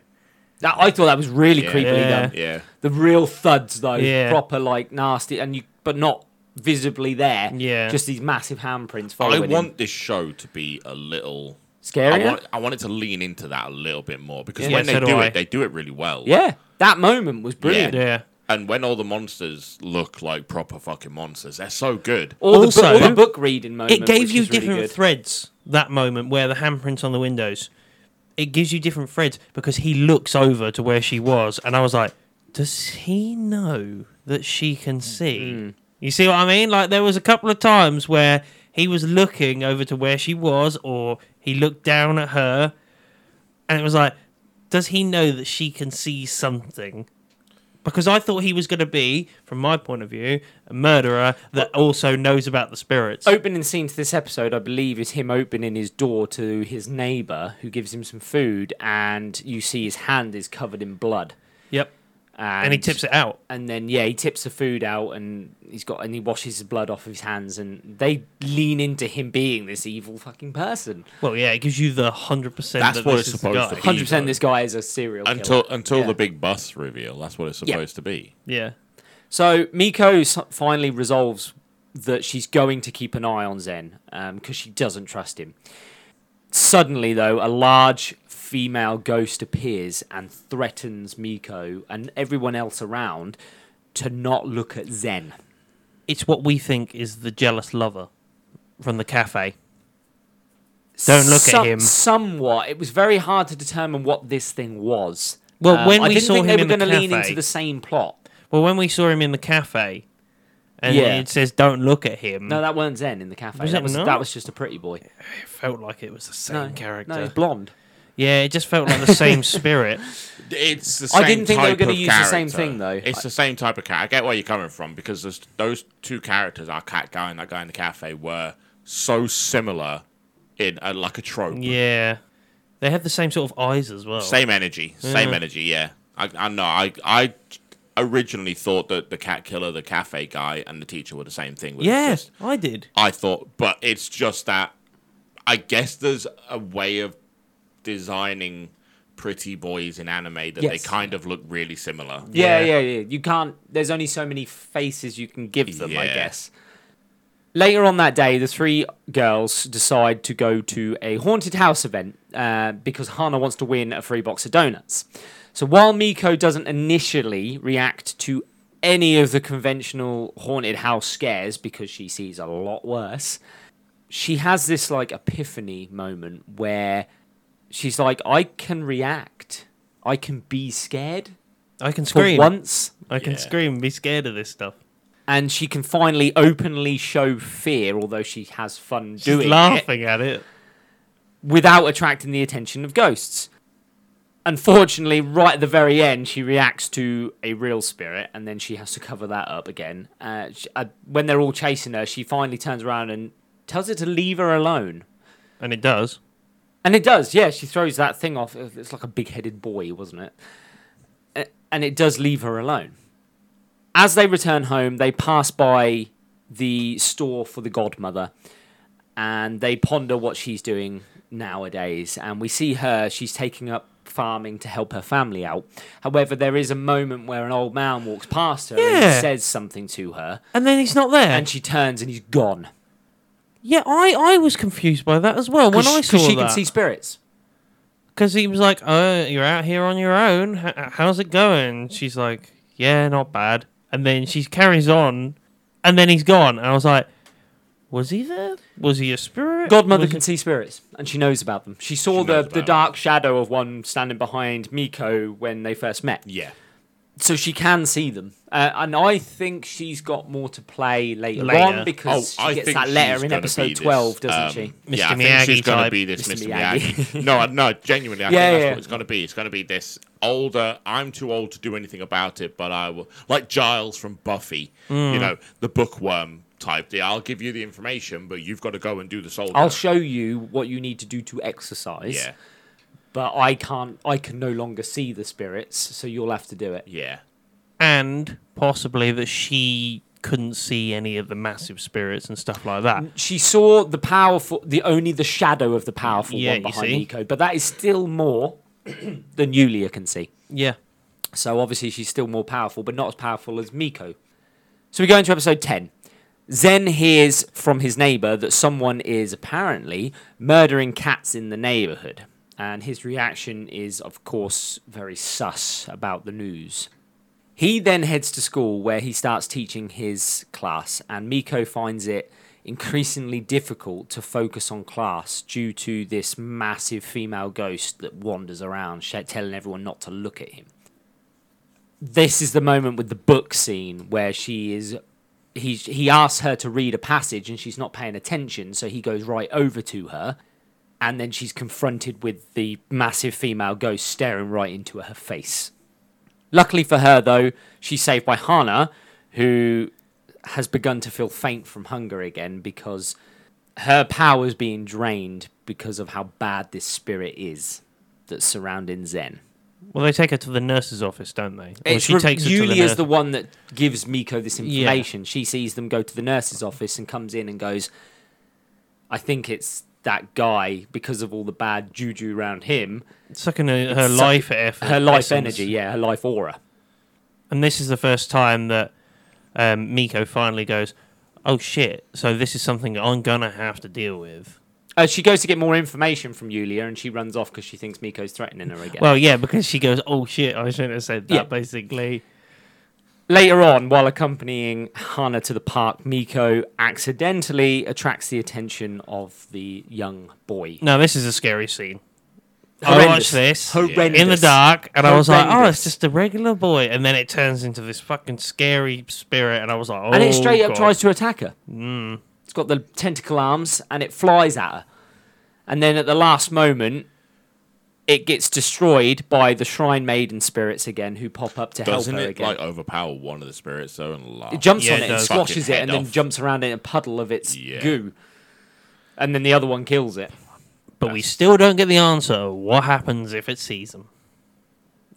Speaker 1: That, I thought that was really creepily
Speaker 2: Yeah.
Speaker 1: done.
Speaker 3: Yeah.
Speaker 1: The real thuds though,
Speaker 2: Yeah.
Speaker 1: proper like nasty, and you but not visibly there.
Speaker 2: Yeah.
Speaker 1: just these massive handprints
Speaker 3: I
Speaker 1: following. him.
Speaker 3: want this show to be a little.
Speaker 1: scary.
Speaker 3: I want, I want it to lean into that a little bit more because
Speaker 2: Yeah,
Speaker 3: when
Speaker 2: so
Speaker 3: they
Speaker 2: do
Speaker 3: do
Speaker 2: I.
Speaker 3: it, they do it really well.
Speaker 1: Yeah, that moment was brilliant.
Speaker 2: Yeah.
Speaker 3: And when all the monsters look like proper fucking monsters, they're so good.
Speaker 1: All, the,
Speaker 2: Also-
Speaker 1: bu- all the book reading moment.
Speaker 2: it gave
Speaker 1: which
Speaker 2: you
Speaker 1: was really
Speaker 2: different
Speaker 1: good.
Speaker 2: threads that moment where the handprints on the windows it gives you different threads because he looks over to where she was and i was like does he know that she can see
Speaker 1: Mm.
Speaker 2: you see what i mean like there was a couple of times where he was looking over to where she was or he looked down at her and it was like does he know that she can see something because I thought he was going to be, from my point of view, a murderer that also knows about the spirits.
Speaker 1: opening scene to this episode, I believe, is him opening his door to his neighbor who gives him some food, and you see his hand is covered in blood.
Speaker 2: Yep.
Speaker 1: And,
Speaker 2: And, he tips it out.
Speaker 1: And then yeah, he tips the food out, and he's got and he washes the blood off of his hands, and they lean into him being this evil fucking person.
Speaker 2: Well, yeah, it gives you the hundred percent.
Speaker 3: That's
Speaker 2: that
Speaker 3: what
Speaker 2: this
Speaker 3: it's
Speaker 2: is the
Speaker 3: supposed to
Speaker 2: guy.
Speaker 3: be.
Speaker 1: Hundred percent, this guy is a serial killer.
Speaker 3: Until until
Speaker 1: Yeah.
Speaker 3: the big bus reveal, that's what it's
Speaker 1: Yeah.
Speaker 3: supposed to be.
Speaker 2: Yeah,
Speaker 1: So Miko s- finally resolves that she's going to keep an eye on Zen because she doesn't trust him. Suddenly, though, a large female ghost appears and threatens Miko and everyone else around to not look at Zen.
Speaker 2: it's what we think is the jealous lover from the cafe. Don't look at
Speaker 1: Some-
Speaker 2: him.
Speaker 1: Somewhat, it was very hard to determine what this thing was. Um,
Speaker 2: Well, when
Speaker 1: I
Speaker 2: we
Speaker 1: didn't
Speaker 2: saw
Speaker 1: think
Speaker 2: him
Speaker 1: they
Speaker 2: in
Speaker 1: were
Speaker 2: the
Speaker 1: gonna lean
Speaker 2: cafe-
Speaker 1: into the same plot.
Speaker 2: Well, when we saw him in the cafe, and
Speaker 1: Yeah.
Speaker 2: it says "Don't look at him,"
Speaker 1: No, that weren't Zen in the cafe.
Speaker 2: Was
Speaker 1: that
Speaker 2: it
Speaker 1: was
Speaker 2: not?
Speaker 1: that was just a pretty boy.
Speaker 2: it felt like it was the same
Speaker 1: No,
Speaker 2: character.
Speaker 1: no, he's blonde.
Speaker 2: yeah, it just felt like the same spirit.
Speaker 3: It's the same
Speaker 1: I didn't think they were
Speaker 3: type
Speaker 1: gonna
Speaker 3: of
Speaker 1: use the same
Speaker 3: character.
Speaker 1: thing, though.
Speaker 3: It's the same type of character. I get where you're coming from because those those two characters, our cat guy and that guy in the cafe, were so similar in uh, like a trope.
Speaker 2: Yeah, They have the same sort of eyes as well.
Speaker 3: Same energy, same
Speaker 2: Yeah.
Speaker 3: energy. Yeah, I, I know. I I originally thought that the cat killer, the cafe guy, and the teacher were the same thing. which is
Speaker 2: Yeah,
Speaker 3: just-
Speaker 2: I did.
Speaker 3: I thought, but it's just that I guess there's a way of designing pretty boys in anime that
Speaker 1: Yes.
Speaker 3: they kind of look really similar.
Speaker 1: Yeah, yeah,
Speaker 2: Yeah.
Speaker 1: yeah. You can't. There's only so many faces you can give them, I
Speaker 3: Yeah.
Speaker 1: guess. Later on that day, the three girls decide to go to a haunted house event uh, because Hana wants to win a free box of donuts. So while Miko doesn't initially react to any of the conventional haunted house scares because she sees a lot worse, she has this like epiphany moment where she's like, I can react, I can be scared
Speaker 2: I can
Speaker 1: for
Speaker 2: scream.
Speaker 1: once
Speaker 2: I can
Speaker 3: Yeah.
Speaker 2: scream. Be scared of this stuff.
Speaker 1: and she can finally openly show fear, although she has fun
Speaker 2: She's
Speaker 1: doing it,
Speaker 2: laughing at it.
Speaker 1: without attracting the attention of ghosts. Unfortunately, right at the very end, she reacts to a real spirit, and then she has to cover that up again. Uh, sh uh, when they're all chasing her, she finally turns around and tells her to leave her alone.
Speaker 2: And it does.
Speaker 1: And it does, yeah. She throws that thing off. uh, It's like a big headed boy, wasn't it? A- And it does leave her alone. As they return home, they pass by the store for the godmother and they ponder what she's doing nowadays. And we see her, she's taking up farming to help her family out. However, there is a moment where an old man walks past her and
Speaker 2: Yeah.
Speaker 1: says something to her,
Speaker 2: And then he's not there.
Speaker 1: and she turns and he's gone.
Speaker 2: yeah, I, I was confused by that as well when I
Speaker 1: Because
Speaker 2: saw
Speaker 1: she
Speaker 2: that.
Speaker 1: can see spirits.
Speaker 2: Because he was like, "Oh, you're out here on your own. H- h- how's it going?" She's like, "Yeah, not bad." And then she carries on, and then he's gone. And I was like, "Was he there? Was he a spirit?"
Speaker 1: Godmother
Speaker 2: Was
Speaker 1: can
Speaker 2: he-"
Speaker 1: see spirits, and she knows about them. She saw
Speaker 3: She
Speaker 1: the,
Speaker 3: knows
Speaker 1: the
Speaker 3: about
Speaker 1: dark shadow of one standing behind Miko when they first met.
Speaker 3: Yeah.
Speaker 1: So she can see them. Uh, and I think she's got more to play later,
Speaker 2: Later.
Speaker 1: on because she gets that
Speaker 3: Oh, she's
Speaker 1: letter in
Speaker 3: gonna be
Speaker 1: episode
Speaker 3: this,
Speaker 1: 12, doesn't
Speaker 3: um,
Speaker 1: she?
Speaker 3: Yeah, I
Speaker 2: Mr.
Speaker 3: think she's
Speaker 2: Miyagi
Speaker 3: going to
Speaker 2: type.
Speaker 3: be this
Speaker 1: Mr.
Speaker 3: Mr.
Speaker 1: Miyagi.
Speaker 3: Miyagi. no, I- no, genuinely, I
Speaker 1: Yeah,
Speaker 3: think that's
Speaker 1: yeah.
Speaker 3: what it's going to be. It's going to be this older, I'm too old to do anything about it, but I will. Like Giles from Buffy,
Speaker 1: Mm.
Speaker 3: you know, the bookworm type. The, I'll give you the information, but you've got to go and do the soldier.
Speaker 1: I'll show you what you need to do to exercise,
Speaker 3: Yeah,
Speaker 1: but I can't. I can no longer see the spirits, so you'll have to do it.
Speaker 3: yeah.
Speaker 2: and possibly that she couldn't see any of the massive spirits and stuff like that.
Speaker 1: She saw the powerful, the only the shadow of the powerful
Speaker 2: Yeah,
Speaker 1: one
Speaker 2: you
Speaker 1: behind
Speaker 2: see.
Speaker 1: Miko, but that is still more than Yulia can see.
Speaker 2: Yeah,
Speaker 1: So obviously she's still more powerful, but not as powerful as Miko. So we go into episode 10. Zen hears from his neighbor that someone is apparently murdering cats in the neighborhood. And his reaction is, of course, very sus about the news. He then heads to school where he starts teaching his class, and Miko finds it increasingly difficult to focus on class due to this massive female ghost that wanders around, sh- telling everyone not to look at him this is the moment with the book scene where she is he he asks her to read a passage and she's not paying attention so he goes right over to her and then she's confronted with the massive female ghost staring right into her face luckily for her though she's saved by hana who has begun to feel faint from hunger again because her power's being drained because of how bad this spirit is that's surrounding zen
Speaker 2: well, they take her to the nurse's office, don't they? Or
Speaker 1: it's
Speaker 2: she
Speaker 1: re-
Speaker 2: takes her to the
Speaker 1: Yulia's
Speaker 2: nurse.
Speaker 1: the one that gives Miko this information. She sees them go to the nurse's office and comes in and goes, I think it's that guy because of all the bad juju around him.
Speaker 2: sucking her, her
Speaker 1: suck-
Speaker 2: life effort,
Speaker 1: Her life
Speaker 2: essence.
Speaker 1: energy, yeah, her life aura.
Speaker 2: And this is the first time that um, Miko finally goes, "Oh shit!" So this is something I'm gonna have to deal with.
Speaker 1: Uh, she goes to get more information from Yulia and she runs off because she thinks Miko's threatening her again.
Speaker 2: Well, yeah, because she goes, "Oh shit!" I shouldn't have said that.
Speaker 1: Yeah.
Speaker 2: Basically,
Speaker 1: Later on, while accompanying Hana to the park, Miko accidentally attracts the attention of the young boy.
Speaker 2: no, this is a scary scene. I
Speaker 1: Horrendous.
Speaker 2: watched this
Speaker 1: Horrendous.
Speaker 2: in the dark, and I was like, "Oh,
Speaker 1: Horrendous.
Speaker 2: it's just a regular boy," and then it turns into this fucking scary spirit, and I was like, "Oh."
Speaker 1: and it straight up
Speaker 2: God."
Speaker 1: tries to attack her. Mm. It's got the tentacle arms and it flies at her. And then at the last moment, it gets destroyed by the shrine maiden spirits again, who pop up to
Speaker 3: Doesn't
Speaker 1: help her
Speaker 3: it
Speaker 1: again.
Speaker 3: like overpower one of the spirits though and laugh?
Speaker 1: it jumps
Speaker 2: Yeah,
Speaker 1: on
Speaker 2: it
Speaker 1: it, and
Speaker 2: does.
Speaker 1: squashes
Speaker 3: Fucking
Speaker 1: it, and
Speaker 3: head
Speaker 1: then
Speaker 3: off.
Speaker 1: jumps around it in a puddle of its
Speaker 3: Yeah.
Speaker 1: goo. And then the other one kills it.
Speaker 2: But we still don't get the answer. of What happens if it sees them?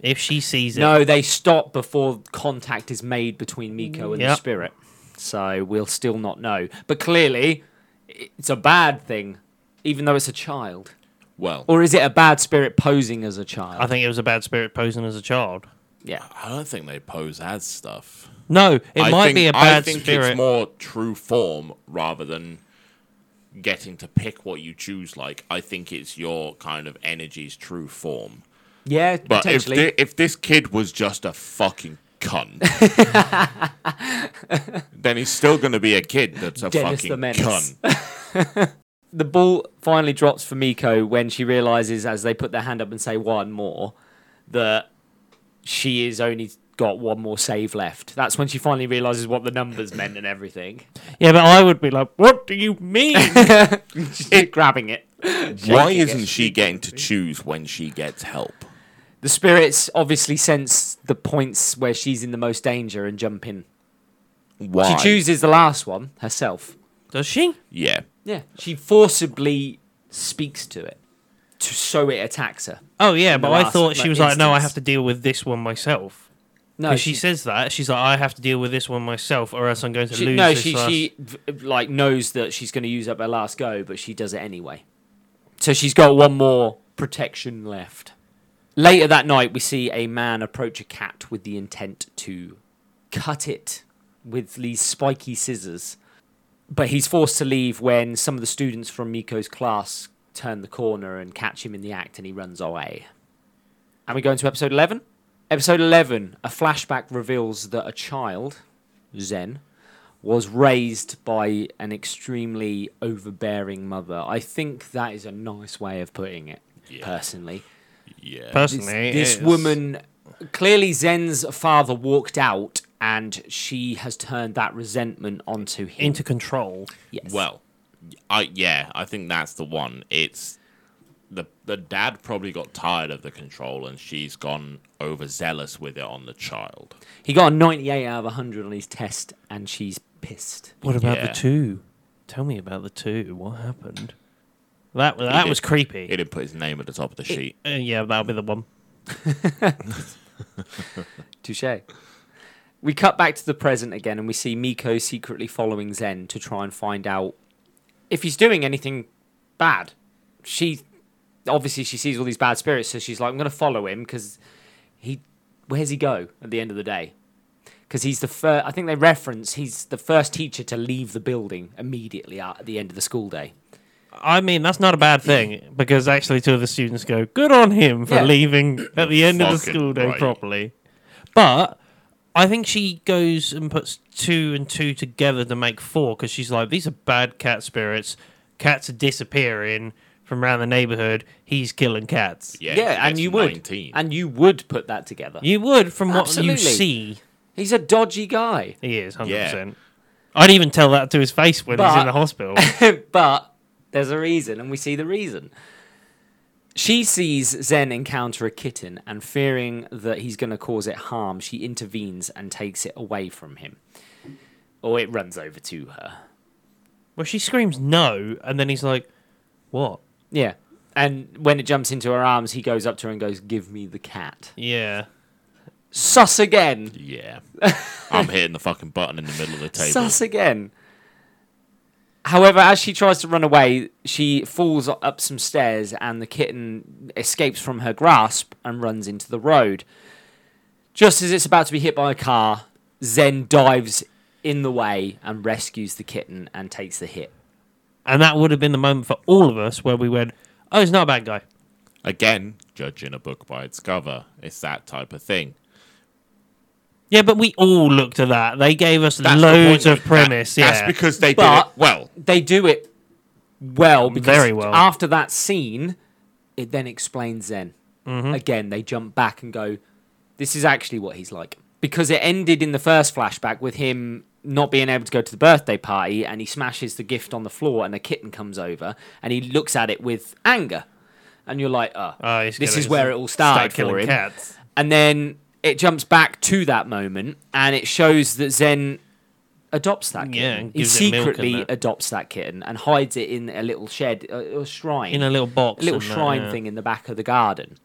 Speaker 2: If she sees it,
Speaker 1: No, they stop before contact is made between Miko and the
Speaker 2: Yep.
Speaker 1: spirit. So we'll still not know. But clearly, it's a bad thing, even though it's a child.
Speaker 3: Well,
Speaker 1: Or is it a bad spirit posing as a child?
Speaker 2: I think it was a bad spirit posing as a child.
Speaker 1: yeah.
Speaker 3: I don't think they pose as stuff.
Speaker 2: No, it
Speaker 3: I
Speaker 2: might
Speaker 3: think,
Speaker 2: be a
Speaker 3: I
Speaker 2: bad
Speaker 3: think
Speaker 2: spirit.
Speaker 3: it's more true form rather than getting to pick what you choose. Like, I think it's your kind of energy's true form.
Speaker 1: Yeah,
Speaker 3: But if,
Speaker 1: potentially.
Speaker 3: thi- if this kid was just a fucking cunt, then he's still going to be a kid that's a
Speaker 1: Dennis the
Speaker 3: fucking
Speaker 1: Menace.
Speaker 3: cunt.
Speaker 1: the ball finally drops for Miko when she realizes, as they put their hand up and say one more, that she is only got one more save left. That's when she finally realizes what the numbers meant and everything.
Speaker 2: Yeah, but I would be like, what do you mean?
Speaker 1: She's grabbing it.
Speaker 3: Why
Speaker 1: shaking it.
Speaker 3: isn't she getting to choose when she gets help?
Speaker 1: The spirits obviously sense the points where she's in the most danger and jump in. She
Speaker 3: Why?
Speaker 1: chooses the last one herself.
Speaker 2: Does she?
Speaker 3: Yeah.
Speaker 1: Yeah. She forcibly speaks to it, to, so it attacks her.
Speaker 2: Oh yeah, but
Speaker 1: the
Speaker 2: I
Speaker 1: last,
Speaker 2: thought
Speaker 1: like,
Speaker 2: she was like, no, I
Speaker 1: instance.
Speaker 2: have to deal with this one myself.
Speaker 1: No,
Speaker 2: Because she, says that she's like, I have to deal with this one myself, or else I'm going to
Speaker 1: She,
Speaker 2: lose.
Speaker 1: no,
Speaker 2: this
Speaker 1: she
Speaker 2: last-
Speaker 1: she v- like knows that she's going to use up her last go, but she does it anyway. So she's got one more protection left. Later that night, we see a man approach a cat with the intent to cut it with these spiky scissors. But he's forced to leave when some of the students from Miko's class turn the corner and catch him in the act, and he runs away. And we go into episode 11. Episode 11, a flashback reveals that a child, Zen, was raised by an extremely overbearing mother. I think that is a nice way of putting it, personally.
Speaker 3: Yeah.
Speaker 1: This,
Speaker 2: personally,
Speaker 1: this
Speaker 2: it's-
Speaker 1: woman, clearly Zen's father walked out and she has turned that resentment onto him.
Speaker 2: into control.
Speaker 1: yes.
Speaker 3: Well, I yeah, I think that's the one. It's the the dad probably got tired of the control and she's gone overzealous with it on the child.
Speaker 1: he got a 98 out of 100 on his test and she's pissed.
Speaker 2: What about
Speaker 3: Yeah.
Speaker 2: the two? Tell me about the two. What happened? That that
Speaker 3: did-
Speaker 2: was creepy.
Speaker 3: He didn't put his name at the top of the sheet.
Speaker 2: Uh, yeah, that'll be the one.
Speaker 1: Touche. We cut back to the present again and we see Miko secretly following Zen to try and find out if he's doing anything bad. She obviously she sees all these bad spirits, so she's like, I'm gonna follow him because he where's he go at the end of the day? Because he's the first, I think they reference he's the first teacher to leave the building immediately at at the end of the school day.
Speaker 2: I mean, that's not a bad thing because actually, two of the students go, "Good on him for
Speaker 1: Yeah.
Speaker 2: leaving at the end of the
Speaker 3: Fucking
Speaker 2: school day
Speaker 3: right.
Speaker 2: properly." But I think she goes and puts two and two together to make four because she's like, "These are bad cat spirits. Cats are disappearing from around the neighborhood. He's killing cats."
Speaker 3: Yeah,
Speaker 1: yeah,
Speaker 3: he
Speaker 1: and
Speaker 3: gets
Speaker 1: you would,
Speaker 3: 19.
Speaker 1: and you would put that together.
Speaker 2: You would, from what
Speaker 1: Absolutely.
Speaker 2: you see,
Speaker 1: He's a dodgy guy.
Speaker 2: he is hundred
Speaker 3: Yeah.
Speaker 2: percent. I'd even tell that to his face when he's
Speaker 1: But-
Speaker 2: in the hospital.
Speaker 1: but there's a reason, and we see the reason. She sees Zen encounter a kitten, and fearing that he's going to cause it harm, she intervenes and takes it away from him. Or it runs over to her.
Speaker 2: well, she screams no, and then he's like, "What?"
Speaker 1: Yeah. And when it jumps into her arms, he goes up to her and goes, Give me the cat.
Speaker 2: Yeah.
Speaker 1: Sus again.
Speaker 3: yeah. I'm hitting the fucking button in the middle of the table.
Speaker 1: Sus again. However, as she tries to run away, she falls up some stairs and the kitten escapes from her grasp and runs into the road. Just as it's about to be hit by a car, Zen dives in the way and rescues the kitten and takes the hit.
Speaker 2: And that would have been the moment for all of us where we went, oh, he's not a bad guy.
Speaker 3: Again, judging a book by its cover. It's that type of thing.
Speaker 2: Yeah, but we all looked at that. They gave us
Speaker 3: That's the
Speaker 2: loads
Speaker 3: point.
Speaker 2: of premise.
Speaker 3: That-
Speaker 2: yeah.
Speaker 3: That's because they did
Speaker 1: But-
Speaker 3: it well.
Speaker 1: They do it well because
Speaker 2: Very well.
Speaker 1: after that scene, it then explains Zen.
Speaker 2: Mm-hmm.
Speaker 1: Again, they jump back and go, this is actually what he's like. Because it ended in the first flashback with him not being able to go to the birthday party and he smashes the gift on the floor and a kitten comes over and he looks at it with anger. And you're like, oh,
Speaker 2: Oh, he's
Speaker 1: this
Speaker 2: gonna
Speaker 1: is where it all started
Speaker 2: start
Speaker 1: for
Speaker 2: killing
Speaker 1: him.
Speaker 2: cats.
Speaker 1: And then it jumps back to that moment and it shows that Zen adopts that kitten.
Speaker 2: Yeah, and
Speaker 1: he
Speaker 2: gives it milk and
Speaker 1: secretly
Speaker 2: that.
Speaker 1: adopts that kitten and hides it in a little shed, a, a shrine,
Speaker 2: in a little box,
Speaker 1: a little
Speaker 2: and that,
Speaker 1: shrine
Speaker 2: yeah.
Speaker 1: thing in the back of the garden.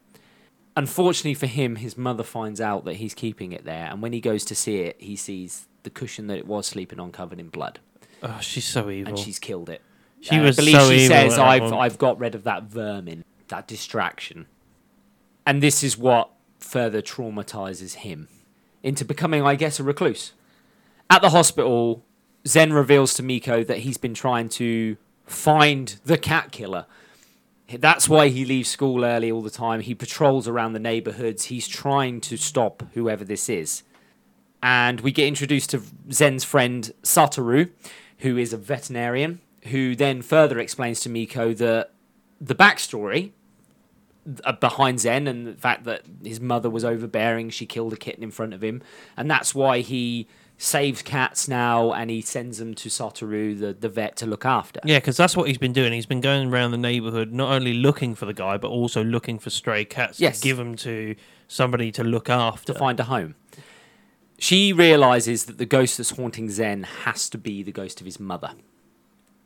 Speaker 1: Unfortunately for him, his mother finds out that he's keeping it there, and when he goes to see it, he sees the cushion that it was sleeping on covered in blood,
Speaker 2: Oh, she's so evil.
Speaker 1: and she's killed it.
Speaker 2: she
Speaker 1: Uh,
Speaker 2: was
Speaker 1: I believe
Speaker 2: so
Speaker 1: she
Speaker 2: evil.
Speaker 1: says,
Speaker 2: at that
Speaker 1: "I've
Speaker 2: one.
Speaker 1: I've got rid of that vermin, that distraction," and this is what further traumatizes him into becoming, I guess, a recluse. At the hospital, Zen reveals to Miko that he's been trying to find the cat killer. That's why he leaves school early all the time. He patrols around the neighborhoods. He's trying to stop whoever this is. And we get introduced to Zen's friend Satoru, who is a veterinarian, who then further explains to Miko the the backstory uh, behind Zen and the fact that his mother was overbearing. She killed a kitten in front of him, and that's why he saves cats now and he sends them to Satoru, the, the vet, to look after.
Speaker 2: Yeah, because that's what he's been doing. He's been going around the neighborhood, not only looking for the guy, but also looking for stray cats
Speaker 1: Yes.
Speaker 2: to give them to somebody to look after.
Speaker 1: to find a home. She realizes that the ghost that's haunting Zen has to be the ghost of his mother.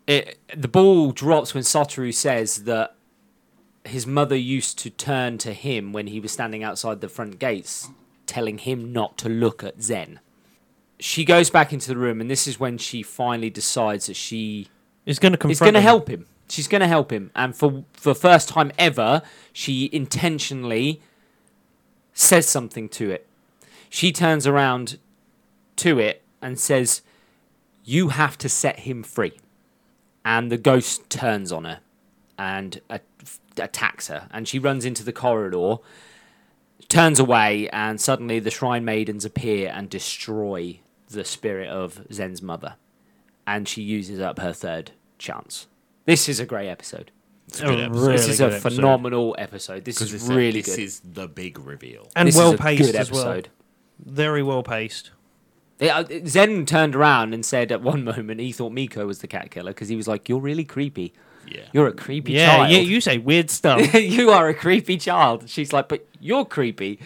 Speaker 1: It, the ball drops when Satoru says that his mother used to turn to him when he was standing outside the front gates, telling him not to look at Zen. She goes back into the room, and this is when she finally decides that she
Speaker 2: He's going to confront.
Speaker 1: is going to
Speaker 2: him.
Speaker 1: help him. She's going to help him, and for for the first time ever, she intentionally says something to it. She turns around to it and says, "You have to set him free." And the ghost turns on her and a- f- attacks her, and she runs into the corridor, turns away, and suddenly the shrine maidens appear and destroy the spirit of Zen's mother and she uses up her third chance. This is a great episode.
Speaker 3: It's a good
Speaker 2: Oh,
Speaker 3: episode.
Speaker 2: really?
Speaker 1: this is a
Speaker 2: good episode.
Speaker 1: phenomenal episode. This
Speaker 3: 'Cause
Speaker 1: is
Speaker 3: it's a-
Speaker 1: really
Speaker 3: This
Speaker 1: good.
Speaker 3: is the big reveal.
Speaker 2: and
Speaker 1: This is a
Speaker 2: well paced
Speaker 1: good
Speaker 2: as well.
Speaker 1: episode.
Speaker 2: Very well paced.
Speaker 1: Yeah, uh, Zen turned around and said at one moment he thought Miko was the cat killer because he was like, "You're really creepy.
Speaker 3: Yeah.
Speaker 1: You're a creepy
Speaker 2: Yeah,
Speaker 1: child.
Speaker 2: yeah. You say weird stuff.
Speaker 1: you are a creepy child." She's like, "But you're creepy,"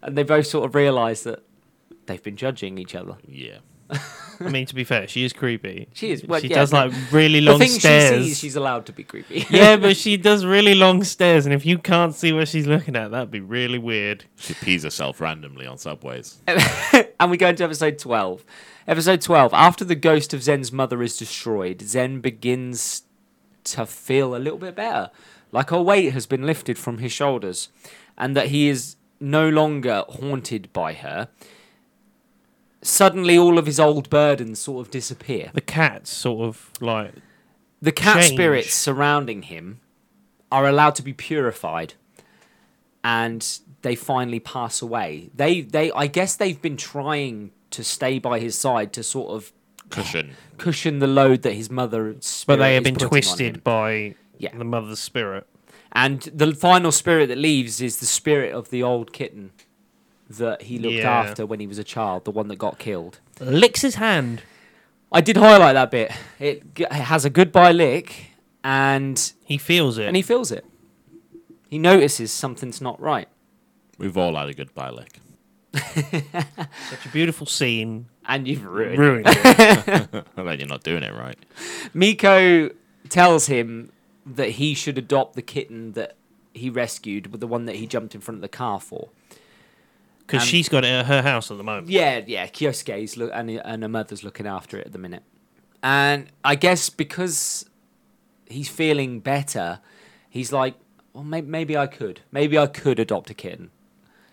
Speaker 1: and they both sort of realise that they've been judging each other.
Speaker 3: yeah.
Speaker 2: I mean, to be fair, she is creepy.
Speaker 1: She is, well,
Speaker 2: she
Speaker 1: yeah,
Speaker 2: does
Speaker 1: the-
Speaker 2: like really
Speaker 1: The
Speaker 2: long
Speaker 1: thing
Speaker 2: stares.
Speaker 1: she sees, she's allowed to be creepy.
Speaker 2: yeah, but she does really long stares, and if you can't see what she's looking at, that'd be really weird.
Speaker 3: She pees herself randomly on subways.
Speaker 1: and we go into episode 12. Episode 12. After the ghost of Zen's mother is destroyed, Zen begins to feel a little bit better, like a weight has been lifted from his shoulders, and that he is no longer haunted by her. Suddenly, all of his old burdens sort of disappear.
Speaker 2: The cat's sort of like
Speaker 1: The cat
Speaker 2: Change.
Speaker 1: spirits surrounding him are allowed to be purified, and they finally pass away. They, they, I guess they've been trying to stay by his side to sort of
Speaker 3: Cushion.
Speaker 1: cushion the load that his mother.
Speaker 2: But
Speaker 1: spirit
Speaker 2: they have
Speaker 1: is
Speaker 2: been
Speaker 1: putting on him.
Speaker 2: twisted by
Speaker 1: Yeah.
Speaker 2: the mother's spirit.
Speaker 1: And the final spirit that leaves is the spirit of the old kitten that he looked
Speaker 2: Yeah.
Speaker 1: after when he was a child, the one that got killed.
Speaker 2: Licks his hand.
Speaker 1: I did highlight that bit. It, g- it has a goodbye lick, and
Speaker 2: He feels it.
Speaker 1: and he feels it. He notices something's not right.
Speaker 3: We've all had a good bye lick.
Speaker 2: Such a beautiful scene.
Speaker 1: And you've ruined. it.
Speaker 2: Ruined it.
Speaker 3: Well, then you're not doing it right.
Speaker 1: Miko tells him that he should adopt the kitten that he rescued, with the one that he jumped in front of the car for.
Speaker 2: Because
Speaker 1: And-
Speaker 2: she's got it at her house at the moment.
Speaker 1: Yeah, yeah. Kyosuke's look, and and her mother's looking after it at the minute. And I guess because he's feeling better, he's like, well, maybe, maybe I could, maybe I could adopt a kitten,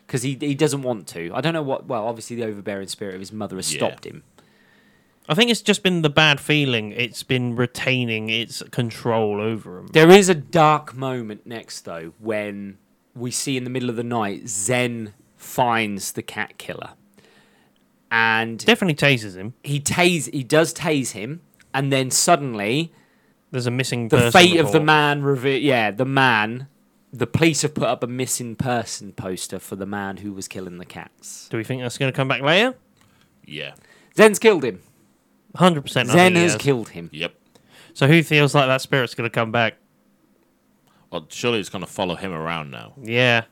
Speaker 1: because he he doesn't want to. I don't know what. Well, obviously the overbearing spirit of his mother has
Speaker 3: Yeah.
Speaker 1: stopped him.
Speaker 2: I think it's just been the bad feeling. It's been retaining its control over him.
Speaker 1: There is a dark moment next, though, when we see in the middle of the night Zen finds the cat killer, and
Speaker 2: Definitely tases him.
Speaker 1: he tase he does tase him, and then suddenly
Speaker 2: There's a missing
Speaker 1: the
Speaker 2: person
Speaker 1: fate of the
Speaker 2: report.
Speaker 1: man reve- Yeah, the man. The police have put up a missing person poster for the man who was killing the cats.
Speaker 2: Do we think that's going to come back later?
Speaker 3: Yeah.
Speaker 1: Zen's killed him.
Speaker 2: 100%. I
Speaker 1: Zen
Speaker 2: think he
Speaker 1: has killed him.
Speaker 3: Yep.
Speaker 2: So who feels like that spirit's going to come back?
Speaker 3: Well, Oh, surely it's going to follow him around now.
Speaker 2: Yeah.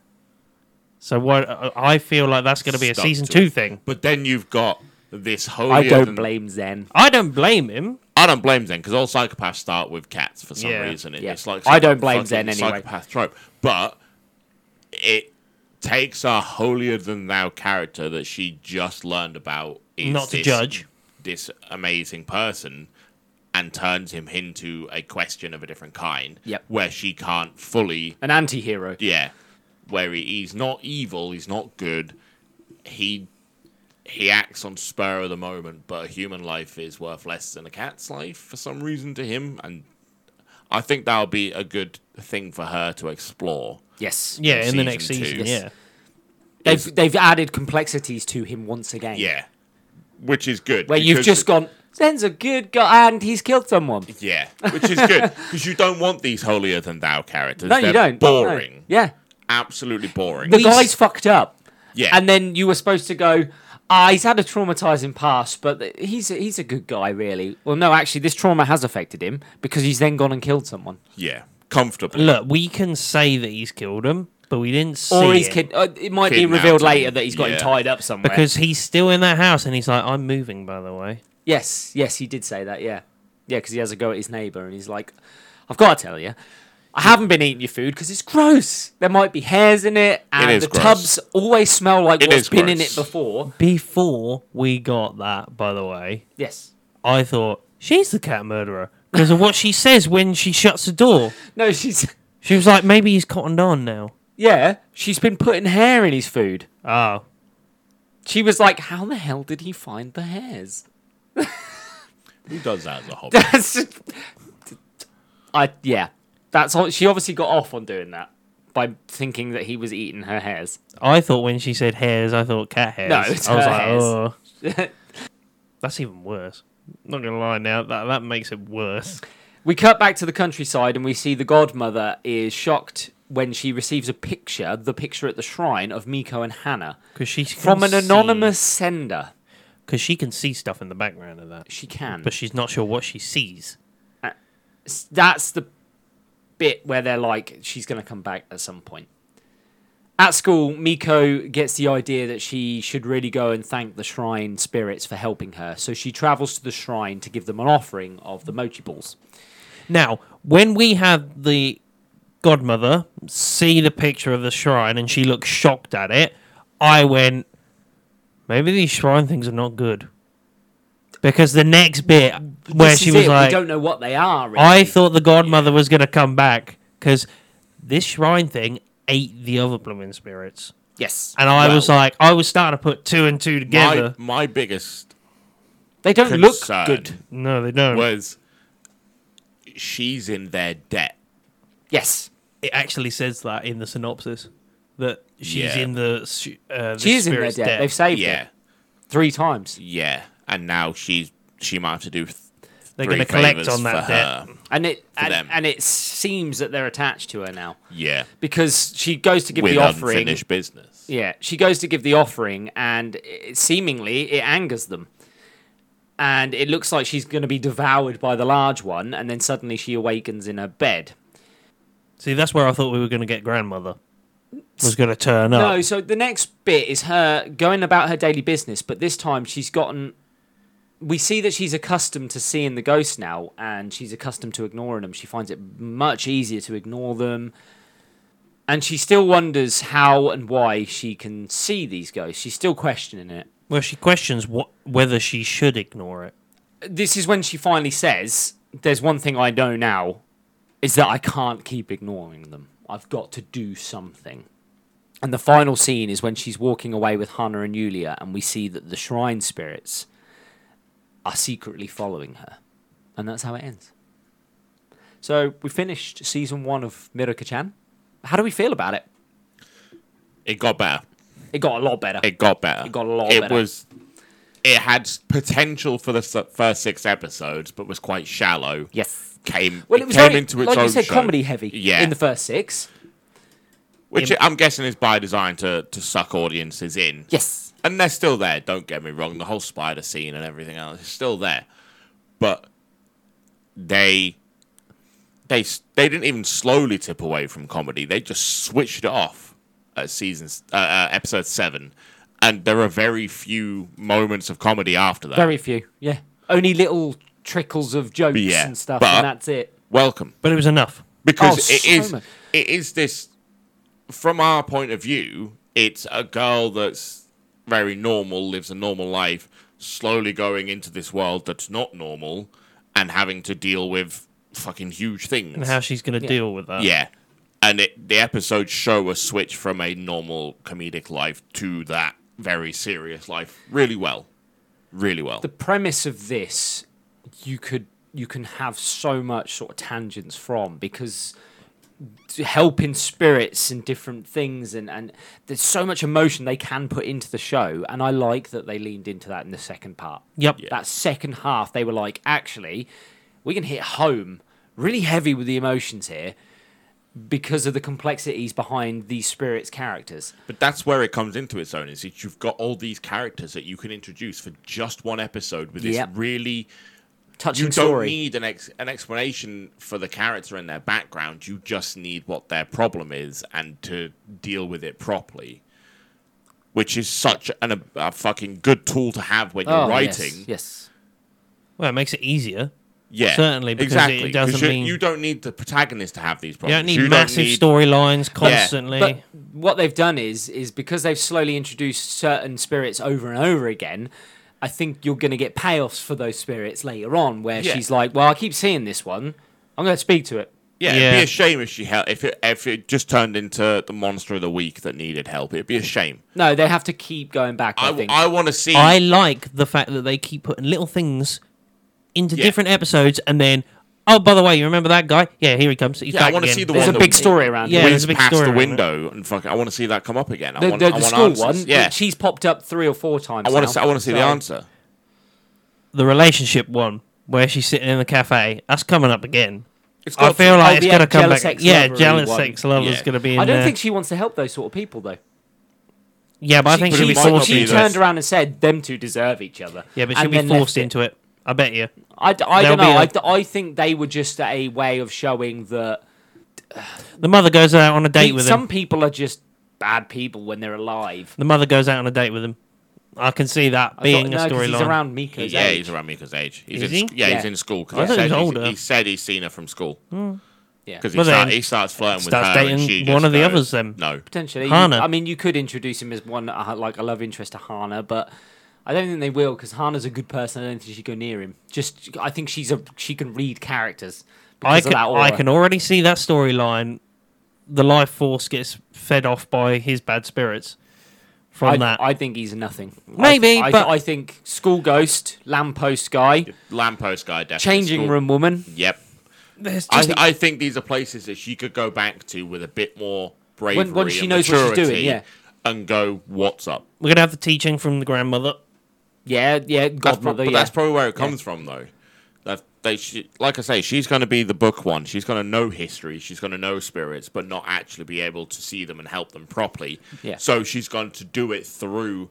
Speaker 2: So what? uh, I I feel like that's going to be a
Speaker 3: Stuck
Speaker 2: season
Speaker 3: to
Speaker 2: two
Speaker 3: it.
Speaker 2: thing.
Speaker 3: But then you've got this holier
Speaker 1: I don't
Speaker 3: than-
Speaker 1: blame Zen.
Speaker 2: I don't blame him.
Speaker 3: I don't blame Zen because all psychopaths start with cats for some
Speaker 2: Yeah.
Speaker 3: reason. It-
Speaker 1: Yeah.
Speaker 3: It's like
Speaker 1: I
Speaker 3: some
Speaker 1: don't blame
Speaker 3: fucking
Speaker 1: Zen anyway.
Speaker 3: Psychopath trope, but it takes a holier than thou character that she just learned about. Is
Speaker 2: Not to
Speaker 3: this-
Speaker 2: judge.
Speaker 3: this amazing person, and turns him into a question of a different kind.
Speaker 1: Yep.
Speaker 3: where she can't fully
Speaker 1: An anti hero.
Speaker 3: yeah, where he, he's not evil, he's not good. He he acts on spur of the moment, but a human life is worth less than a cat's life for some reason to him, and I think that'll be a good thing for her to explore.
Speaker 1: Yes.
Speaker 2: Yeah,
Speaker 3: In
Speaker 2: in, the next
Speaker 3: season two.
Speaker 2: season.
Speaker 1: Yes.
Speaker 2: Yeah.
Speaker 1: They've, they've added complexities to him once again.
Speaker 3: Yeah, which is good.
Speaker 1: Where you've
Speaker 3: because-
Speaker 1: just gone, Zen's a good guy and he's killed someone.
Speaker 3: yeah, which is good because you don't want these holier than thou characters.
Speaker 1: No,
Speaker 3: They're
Speaker 1: you don't. No.
Speaker 3: Boring.
Speaker 1: Yeah.
Speaker 3: Absolutely boring.
Speaker 1: The
Speaker 2: He's-
Speaker 1: guy's fucked up.
Speaker 3: yeah,
Speaker 1: And then you were supposed to go, ah, he's had a traumatizing past, but th- he's a, he's a good guy, really. Well, no, actually, this trauma has affected him because he's then gone and killed someone.
Speaker 3: yeah, comfortable.
Speaker 2: Look, we can say that he's killed him, but we didn't see
Speaker 1: or he's
Speaker 2: it
Speaker 1: kid. Uh, it might be
Speaker 3: Kidnapped
Speaker 1: revealed
Speaker 3: him.
Speaker 1: later that he's got
Speaker 3: Yeah.
Speaker 1: him tied up somewhere.
Speaker 2: because he's still in that house, and he's like, "I'm moving." By the way,
Speaker 1: yes, yes, he did say that. Yeah, yeah, because he has a go at his neighbour and he's like, "I've got to tell you, I haven't been eating your food because it's gross. There might be hairs in it, and
Speaker 3: is
Speaker 1: the
Speaker 3: gross.
Speaker 1: tubs always smell like
Speaker 3: It is
Speaker 1: what's been in
Speaker 3: gross.
Speaker 1: it before."
Speaker 2: before we got that, by the way,
Speaker 1: Yes.
Speaker 2: I thought she's the cat murderer because of what she says when she shuts the door.
Speaker 1: No, she's
Speaker 2: She was like, "Maybe he's cottoned on now."
Speaker 1: yeah, she's been putting hair in his food.
Speaker 3: Ah.
Speaker 2: Oh,
Speaker 1: She was like, "How the hell did he find the hairs?"
Speaker 3: Who does that as a hobby?
Speaker 1: That's just- I yeah. That's all. She obviously got off on doing that by thinking that he was eating her hairs.
Speaker 2: I thought when she said hairs, I thought cat hairs.
Speaker 1: No, it's
Speaker 2: I was
Speaker 1: her
Speaker 2: like,
Speaker 1: hairs.
Speaker 2: "Oh." that's even worse. Not gonna lie, now that that makes it worse.
Speaker 1: We cut back to the countryside and we see the godmother is shocked when she receives a picture, the picture at the shrine of Miko and Hannah
Speaker 2: Because she
Speaker 1: from an anonymous sender.
Speaker 2: because she can see stuff in the background of that,
Speaker 1: She can.
Speaker 2: but she's not sure what she sees.
Speaker 1: S- that's the bit where they're like, she's going to come back at some point. At school, Miko gets the idea that she should really go and thank the shrine spirits for helping her. So she travels to the shrine to give them an offering of the mochi balls.
Speaker 2: Now, when we had the godmother see the picture of the shrine and she looked shocked at it, I went, maybe these shrine things are not good. Because the next bit where
Speaker 1: This
Speaker 2: she
Speaker 1: is
Speaker 2: was
Speaker 1: it, we
Speaker 2: like,
Speaker 1: don't know what they are. Really.
Speaker 2: I thought the godmother was going to come back because this shrine thing ate the other blooming spirits.
Speaker 1: yes,
Speaker 2: And I was
Speaker 3: Well-
Speaker 2: like, I was starting to put two and two
Speaker 3: My,
Speaker 2: together.
Speaker 3: my biggest
Speaker 1: they don't look
Speaker 3: concern
Speaker 1: good.
Speaker 2: No, they don't.
Speaker 3: was she's in their debt.
Speaker 1: Yes,
Speaker 2: it actually says that in the synopsis that she's
Speaker 3: Yeah.
Speaker 2: in the su- uh, the
Speaker 1: she is in their
Speaker 2: spirit's
Speaker 1: debt. They've saved
Speaker 3: Yeah,
Speaker 1: it three times,
Speaker 3: yeah, and now she's she might have to do. Th-
Speaker 2: They're
Speaker 3: three
Speaker 2: going to collect
Speaker 3: favours
Speaker 2: on that
Speaker 3: for
Speaker 2: debt.
Speaker 3: her.
Speaker 1: and it
Speaker 3: them.
Speaker 1: and, and it seems that they're attached to her now
Speaker 3: Yeah,
Speaker 1: because she goes to give
Speaker 3: with
Speaker 1: the offering.
Speaker 3: unfinished business.
Speaker 1: Yeah, she goes to give the offering, and it, seemingly it angers them. And it looks like she's going to be devoured by the large one, and then suddenly she awakens in her bed.
Speaker 2: See, that's where I thought we were going to get grandmother was going to turn up.
Speaker 1: No, so the next bit is her going about her daily business, but this time she's gotten. We see that she's accustomed to seeing the ghosts now, and she's accustomed to ignoring them. She finds it much easier to ignore them. And she still wonders how and why she can see these ghosts. She's still questioning it.
Speaker 2: Well, she questions what whether she should ignore it.
Speaker 1: this is when she finally says, "There's one thing I know now, is that I can't keep ignoring them. I've got to do something." And the final scene is when she's walking away with Hannah and Yulia, and we see that the shrine spirits are secretly following her, and that's how it ends. So we finished season one of Miroka-chan. How do we feel about it?
Speaker 3: It got better.
Speaker 1: It got a lot better.
Speaker 3: It got better.
Speaker 1: It got a lot
Speaker 3: It
Speaker 1: better.
Speaker 3: was. It had s- potential for the s- first six episodes, but was quite shallow.
Speaker 1: yes.
Speaker 3: Came
Speaker 1: Well, it was
Speaker 3: came
Speaker 1: very,
Speaker 3: into its
Speaker 1: like
Speaker 3: own
Speaker 1: you said,
Speaker 3: show.
Speaker 1: comedy heavy
Speaker 3: Yeah,
Speaker 1: in the first six.
Speaker 3: which I'm guessing is by design to to suck audiences in.
Speaker 1: Yes.
Speaker 3: and they're still there. Don't get me wrong. The whole spider scene and everything else is still there, but they they s- they didn't even slowly tip away from comedy. They just switched it off at season s- uh, uh, episode seven and there are very few moments of comedy after that.
Speaker 1: Very few. Yeah. Only little trickles of jokes
Speaker 3: Yeah,
Speaker 1: and stuff,
Speaker 3: but-
Speaker 1: and that's it.
Speaker 3: Welcome.
Speaker 2: But it was enough.
Speaker 3: because
Speaker 1: Oh,
Speaker 3: it
Speaker 1: so
Speaker 3: is
Speaker 1: much.
Speaker 3: it is this from our point of view it's a girl that's very normal lives a normal life slowly going into this world that's not normal and having to deal with fucking huge
Speaker 2: And
Speaker 3: things
Speaker 2: how she's going to deal with that.
Speaker 3: yeah and it, the episodes show a switch from a normal comedic life to that very serious life really well really well
Speaker 1: the premise of this you could you can have so much sort of tangents from because to helping spirits and different things and and there's so much emotion they can put into the show and I like that they leaned into that in the second part.
Speaker 2: Yep.
Speaker 1: That second half they were like actually we can hit home really heavy with the emotions here because of the complexities behind these spirits characters.
Speaker 3: But that's where it comes into its own. Is that you've got all these characters that you can introduce for just one episode with this
Speaker 1: Yep.
Speaker 3: really.
Speaker 1: Touching
Speaker 3: You don't
Speaker 1: story.
Speaker 3: need an ex- an explanation for the character and their background. You just need what their problem is and to deal with it properly. Which is such an, a, a fucking good tool to have when you're
Speaker 1: Oh, yes,
Speaker 3: writing.
Speaker 1: yes.
Speaker 2: Well, it makes it easier.
Speaker 3: Yeah,
Speaker 2: Certainly, because it
Speaker 3: exactly. 'Cause
Speaker 2: doesn't
Speaker 3: you,
Speaker 2: mean-
Speaker 3: you don't need the protagonist to have these
Speaker 2: You don't
Speaker 3: problems.
Speaker 2: need
Speaker 3: you
Speaker 2: massive storylines constantly.
Speaker 1: But what they've done is is because they've slowly introduced certain spirits over and over again. I think you're going to get payoffs for those spirits later on, where
Speaker 3: Yeah.
Speaker 1: she's like, "Well, I keep seeing this one. I'm going to speak to it."
Speaker 3: Yeah,
Speaker 2: Yeah.
Speaker 3: it'd be a shame if she hel- if it, if it just turned into the monster of the week that needed help. It'd be a shame.
Speaker 1: No, they have to keep going back. I,
Speaker 3: I,
Speaker 1: think.
Speaker 3: I want to see.
Speaker 2: I like the fact that they keep putting little things into
Speaker 3: Yeah.
Speaker 2: different episodes and then, oh, by the way, you remember that guy? Yeah, here he comes. He's
Speaker 3: Yeah, I
Speaker 2: back
Speaker 3: wanna
Speaker 2: again.
Speaker 3: see the
Speaker 1: There's
Speaker 3: one
Speaker 1: a
Speaker 3: that
Speaker 1: big
Speaker 3: we-
Speaker 1: story around
Speaker 2: Yeah,
Speaker 1: it.
Speaker 2: there's
Speaker 3: wins
Speaker 2: a big
Speaker 3: past
Speaker 2: story
Speaker 3: the
Speaker 2: around
Speaker 3: window and fuck. I want to see that come up again. I
Speaker 1: The,
Speaker 3: want,
Speaker 1: the,
Speaker 3: I
Speaker 1: the
Speaker 3: want
Speaker 1: school
Speaker 3: answers.
Speaker 1: one.
Speaker 3: Yeah,
Speaker 1: she's popped up three or four times.
Speaker 3: I want
Speaker 1: now.
Speaker 3: to. I want to see the
Speaker 1: So-
Speaker 3: answer.
Speaker 2: The relationship one where she's sitting in the cafe. That's coming up again.
Speaker 3: It's
Speaker 2: I
Speaker 3: got
Speaker 2: feel
Speaker 3: to-
Speaker 2: like
Speaker 1: oh,
Speaker 2: it's
Speaker 1: the
Speaker 2: going to come
Speaker 1: jealous
Speaker 2: back.
Speaker 1: ex-lover
Speaker 2: Yeah, jealous
Speaker 1: one.
Speaker 2: sex lover's
Speaker 3: Yeah.
Speaker 2: going to be in
Speaker 1: I don't
Speaker 2: there.
Speaker 1: think she wants to help those sort of people, though.
Speaker 2: yeah, but I think
Speaker 3: But
Speaker 2: she'll
Speaker 3: it
Speaker 2: be
Speaker 3: might not
Speaker 2: forced
Speaker 3: be
Speaker 1: She
Speaker 2: into
Speaker 3: that.
Speaker 2: it.
Speaker 1: turned around and said, "Them two deserve each other."
Speaker 2: Yeah, but
Speaker 1: and
Speaker 2: she'll be
Speaker 1: then left
Speaker 2: forced
Speaker 1: it.
Speaker 2: into it. I bet you.
Speaker 1: I, d- I
Speaker 2: There'll
Speaker 1: don't
Speaker 2: be
Speaker 1: know.
Speaker 2: a-
Speaker 1: I d- I think they were just a way of showing that
Speaker 2: The mother goes out on a date
Speaker 1: Pe-
Speaker 2: with
Speaker 1: some
Speaker 2: him.
Speaker 1: people are just bad people when they're alive.
Speaker 2: The mother goes out on a date with him. I can see that
Speaker 1: I
Speaker 2: being
Speaker 1: thought-
Speaker 2: a
Speaker 1: no, 'cause
Speaker 2: storyline.
Speaker 1: He's around Mika's
Speaker 3: Yeah,
Speaker 1: age.
Speaker 3: he's around Mika's age. He's
Speaker 2: Is
Speaker 3: in,
Speaker 2: he?
Speaker 3: Yeah, he's
Speaker 1: Yeah.
Speaker 3: in school
Speaker 2: I
Speaker 3: because
Speaker 2: thought he was
Speaker 3: he,
Speaker 2: older.
Speaker 3: he said he's seen her from school
Speaker 1: yeah.
Speaker 3: because
Speaker 2: But
Speaker 3: he, start,
Speaker 2: then
Speaker 3: he starts flirting with her.
Speaker 2: starts
Speaker 3: and
Speaker 2: dating
Speaker 3: she
Speaker 2: one
Speaker 3: just
Speaker 2: of the
Speaker 3: goes,
Speaker 2: others then.
Speaker 3: No,
Speaker 1: Potentially, you-
Speaker 2: Hana.
Speaker 1: I mean, you could introduce him as one uh, like a love interest to Hana, but I don't think they will because Hana's a good person. I don't think she'd go near him. Just, I think she's a she can read characters because
Speaker 2: I
Speaker 1: of
Speaker 2: can,
Speaker 1: that aura.
Speaker 2: I can already see that storyline. The life force gets fed off by his bad spirits from
Speaker 1: I,
Speaker 2: that.
Speaker 1: I think he's nothing. I th-
Speaker 2: Maybe,
Speaker 1: I, th-
Speaker 2: but-
Speaker 1: I think school ghost, lamppost guy,
Speaker 3: lamppost guy. Definitely
Speaker 1: changing
Speaker 3: school.
Speaker 1: room woman.
Speaker 3: Yep.
Speaker 2: There's
Speaker 3: I,
Speaker 2: just-
Speaker 3: I think these are places that she could go back to with a bit more bravery
Speaker 1: when she
Speaker 3: and
Speaker 1: knows what
Speaker 3: maturity
Speaker 1: she's doing, yeah.
Speaker 3: and go, what's up?
Speaker 2: we're gonna have the teaching from the grandmother.
Speaker 1: Yeah, yeah,
Speaker 3: That's prob-
Speaker 1: godmother.
Speaker 3: but
Speaker 1: yeah.
Speaker 3: that's probably where it comes from, though. That they, she, like I say, she's going to be the book one. She's going to know history. She's going to know spirits, but not actually be able to see them and help them properly.
Speaker 1: Yeah.
Speaker 3: So she's going to do it through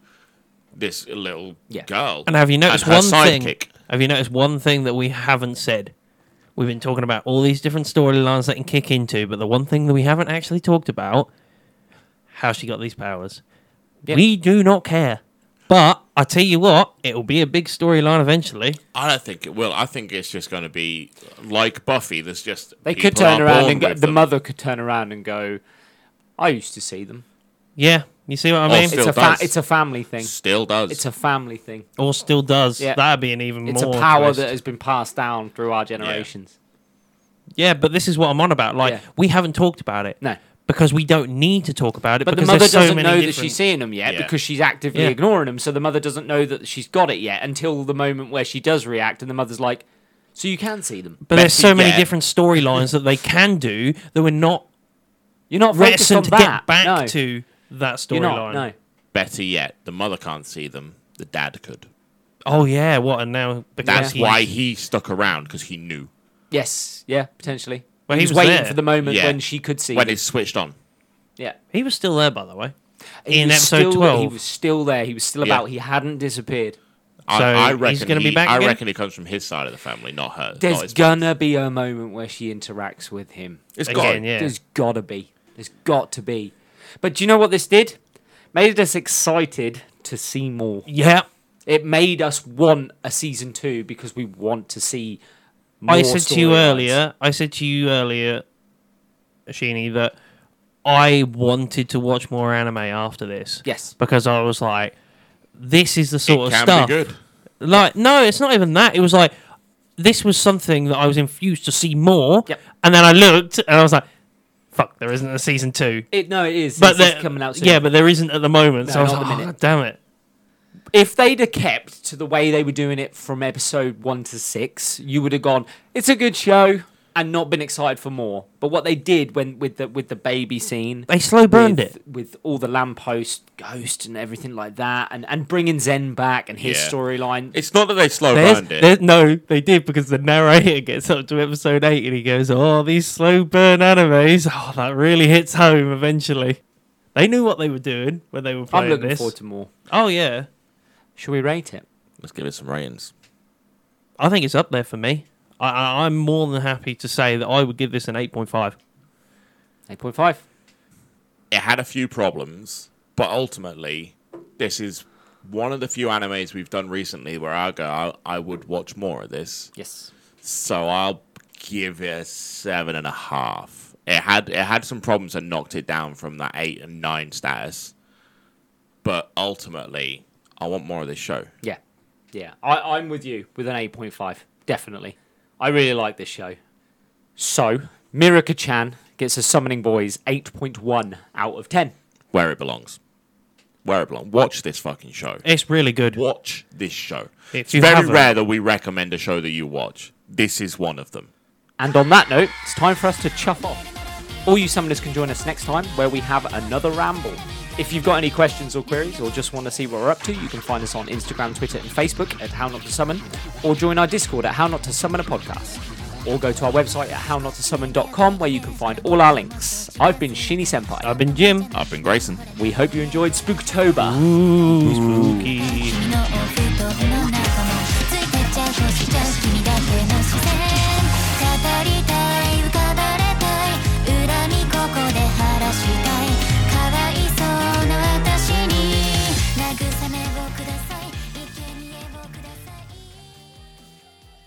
Speaker 3: this little
Speaker 1: Yeah.
Speaker 3: girl.
Speaker 2: And have you noticed
Speaker 3: her
Speaker 2: one thing?
Speaker 3: sidekick.
Speaker 2: Have you noticed one thing that we haven't said? We've been talking about all these different storylines that can kick into, but the one thing that we haven't actually talked about how she got these powers.
Speaker 1: Yeah.
Speaker 2: We do not care. But I tell you what, it'll be a big storyline eventually.
Speaker 3: I don't think it will. I think it's just going to be like Buffy. There's just
Speaker 1: they could
Speaker 3: people are
Speaker 1: turn around
Speaker 3: born
Speaker 1: and go,
Speaker 3: with
Speaker 1: the
Speaker 3: them.
Speaker 1: mother could turn around and go. I used to see them.
Speaker 2: Yeah, you see what I mean?
Speaker 3: Or still
Speaker 1: it's a fa-
Speaker 3: does.
Speaker 1: it's a family thing.
Speaker 3: still does.
Speaker 1: It's a family thing.
Speaker 2: or still does.
Speaker 1: Yeah.
Speaker 2: That'd be an even
Speaker 1: It's
Speaker 2: more
Speaker 1: a power
Speaker 2: twist.
Speaker 1: that has been passed down through our generations.
Speaker 2: Yeah, but this is what I'm on about. Like
Speaker 1: Yeah.
Speaker 2: we haven't talked about it.
Speaker 1: No.
Speaker 2: Because we don't need to talk about it.
Speaker 1: But
Speaker 2: because
Speaker 1: the mother
Speaker 2: there's so
Speaker 1: doesn't
Speaker 2: many
Speaker 1: know that
Speaker 2: different-
Speaker 1: she's seeing them yet
Speaker 3: Yeah.
Speaker 1: because she's actively
Speaker 2: Yeah.
Speaker 1: ignoring them. So the mother doesn't know that she's got it yet until the moment where she does react, and the mother's like, "So you can see them?
Speaker 2: But there's
Speaker 3: Bessie,
Speaker 2: so many
Speaker 3: yeah.
Speaker 2: different storylines that they can do that we're not
Speaker 1: You're not focused on
Speaker 2: reticent to
Speaker 1: that.
Speaker 2: get back
Speaker 1: no,
Speaker 2: to that
Speaker 1: you're not.
Speaker 2: storyline.
Speaker 1: No,
Speaker 3: Better yet, the mother can't see them. The dad could.
Speaker 2: Oh yeah, what and now because
Speaker 3: That's
Speaker 2: he-
Speaker 3: why he stuck around because he knew
Speaker 1: yes, yeah, potentially.
Speaker 2: Well,
Speaker 1: he
Speaker 2: he
Speaker 1: was,
Speaker 2: was
Speaker 1: waiting
Speaker 2: there.
Speaker 1: for the moment
Speaker 3: Yeah.
Speaker 1: when she could see.
Speaker 3: when
Speaker 1: them.
Speaker 3: it switched on.
Speaker 1: yeah,
Speaker 2: he was still there by the way.
Speaker 1: He
Speaker 2: In
Speaker 1: was
Speaker 2: episode
Speaker 1: still, he
Speaker 2: 12.
Speaker 1: was still there. He was still
Speaker 3: Yeah.
Speaker 1: about. He hadn't disappeared.
Speaker 3: I,
Speaker 2: So
Speaker 3: I
Speaker 2: he's
Speaker 3: reckon
Speaker 2: gonna be
Speaker 3: he-
Speaker 2: back
Speaker 3: I
Speaker 2: again?
Speaker 3: reckon it comes from his side of the family, not her. not
Speaker 1: There's
Speaker 3: his-
Speaker 1: gonna be a moment where she interacts with him.
Speaker 3: it's
Speaker 2: Again,
Speaker 3: gone.
Speaker 2: yeah.
Speaker 1: There's gotta be. There's got to be. But do you know what this did? Made us excited to see more.
Speaker 2: Yeah.
Speaker 1: It made us want a season two because we want to see. More
Speaker 2: I said to you
Speaker 1: storylines.
Speaker 2: earlier, I said to you earlier, Ashini, that I wanted to watch more anime after this.
Speaker 1: Yes.
Speaker 2: Because I was like, this is the sort
Speaker 3: it
Speaker 2: of
Speaker 3: can
Speaker 2: stuff.
Speaker 3: be good.
Speaker 2: Like, no, it's not even that. It was like, this was something that I was infused to see more.
Speaker 1: Yep.
Speaker 2: And then I looked and I was like, fuck, there isn't a season two.
Speaker 1: It no, it is.
Speaker 2: But
Speaker 1: It's- it's
Speaker 2: there-
Speaker 1: coming out soon.
Speaker 2: Yeah, but there isn't at the moment.
Speaker 1: No,
Speaker 2: so I was
Speaker 1: not at
Speaker 2: like,
Speaker 1: the
Speaker 2: "Oh,
Speaker 1: minute."
Speaker 2: damn it.
Speaker 1: if they'd have kept to the way they were doing it from episode one to six, you would have gone, "It's a good show," and not been excited for more. But what they did when with the with the baby scene,
Speaker 2: They slow burned
Speaker 1: with,
Speaker 2: it.
Speaker 1: with all the lamppost ghost and everything like that, and and bringing Zen back and his
Speaker 3: Yeah.
Speaker 1: storyline.
Speaker 3: It's not that they slow
Speaker 2: There's,
Speaker 3: burned it.
Speaker 2: there- no, they did because the narrator gets up to episode eight and he goes, "Oh, these slow burn animes. Oh, that really hits home eventually." They knew what they were doing when they were playing
Speaker 1: I'm looking
Speaker 2: this.
Speaker 1: forward to more.
Speaker 2: oh yeah,
Speaker 1: Shall we rate it?
Speaker 3: Let's give it some ratings.
Speaker 2: I think it's up there for me. I, I, I'm more than happy to say that I would give this an eight point five.
Speaker 1: Eight point five.
Speaker 3: It had a few problems, but ultimately, this is one of the few animes we've done recently where I go, I, I would watch more of this.
Speaker 1: Yes.
Speaker 3: So I'll give it a seven and a half. It had it had some problems and knocked it down from that eight and nine status. But ultimately, I want more of this show.
Speaker 1: Yeah. Yeah. I, I'm with you with an 8.5. Definitely. I really like this show. So, Miraka chan gets a Summoning Boys 8.1 out of 10.
Speaker 3: Where it belongs. Where it belongs. Watch this fucking show.
Speaker 2: It's really good.
Speaker 3: Watch this show.
Speaker 2: If
Speaker 3: it's
Speaker 2: you
Speaker 3: very
Speaker 2: haven't.
Speaker 3: rare that we recommend a show that you watch. This is one of them.
Speaker 1: And on that note, it's time for us to chuff off. All you summoners can join us next time where we have another ramble. If you've got any questions or queries or just want to see what we're up to, you can find us on Instagram, Twitter, and Facebook at How Not to Summon, or join our Discord at How Not to Summon a Podcast. Or go to our website at hownottosummon.com where you can find all our links. I've been Shinny Senpai.
Speaker 2: I've been Jim.
Speaker 3: I've been Grayson.
Speaker 1: We hope you enjoyed Spooktober.
Speaker 2: Ooh, spooky.
Speaker 4: 君のお布団の中もついてっちゃうとしちゃう君だけの視線語りたい浮かばれたい恨みここで晴らして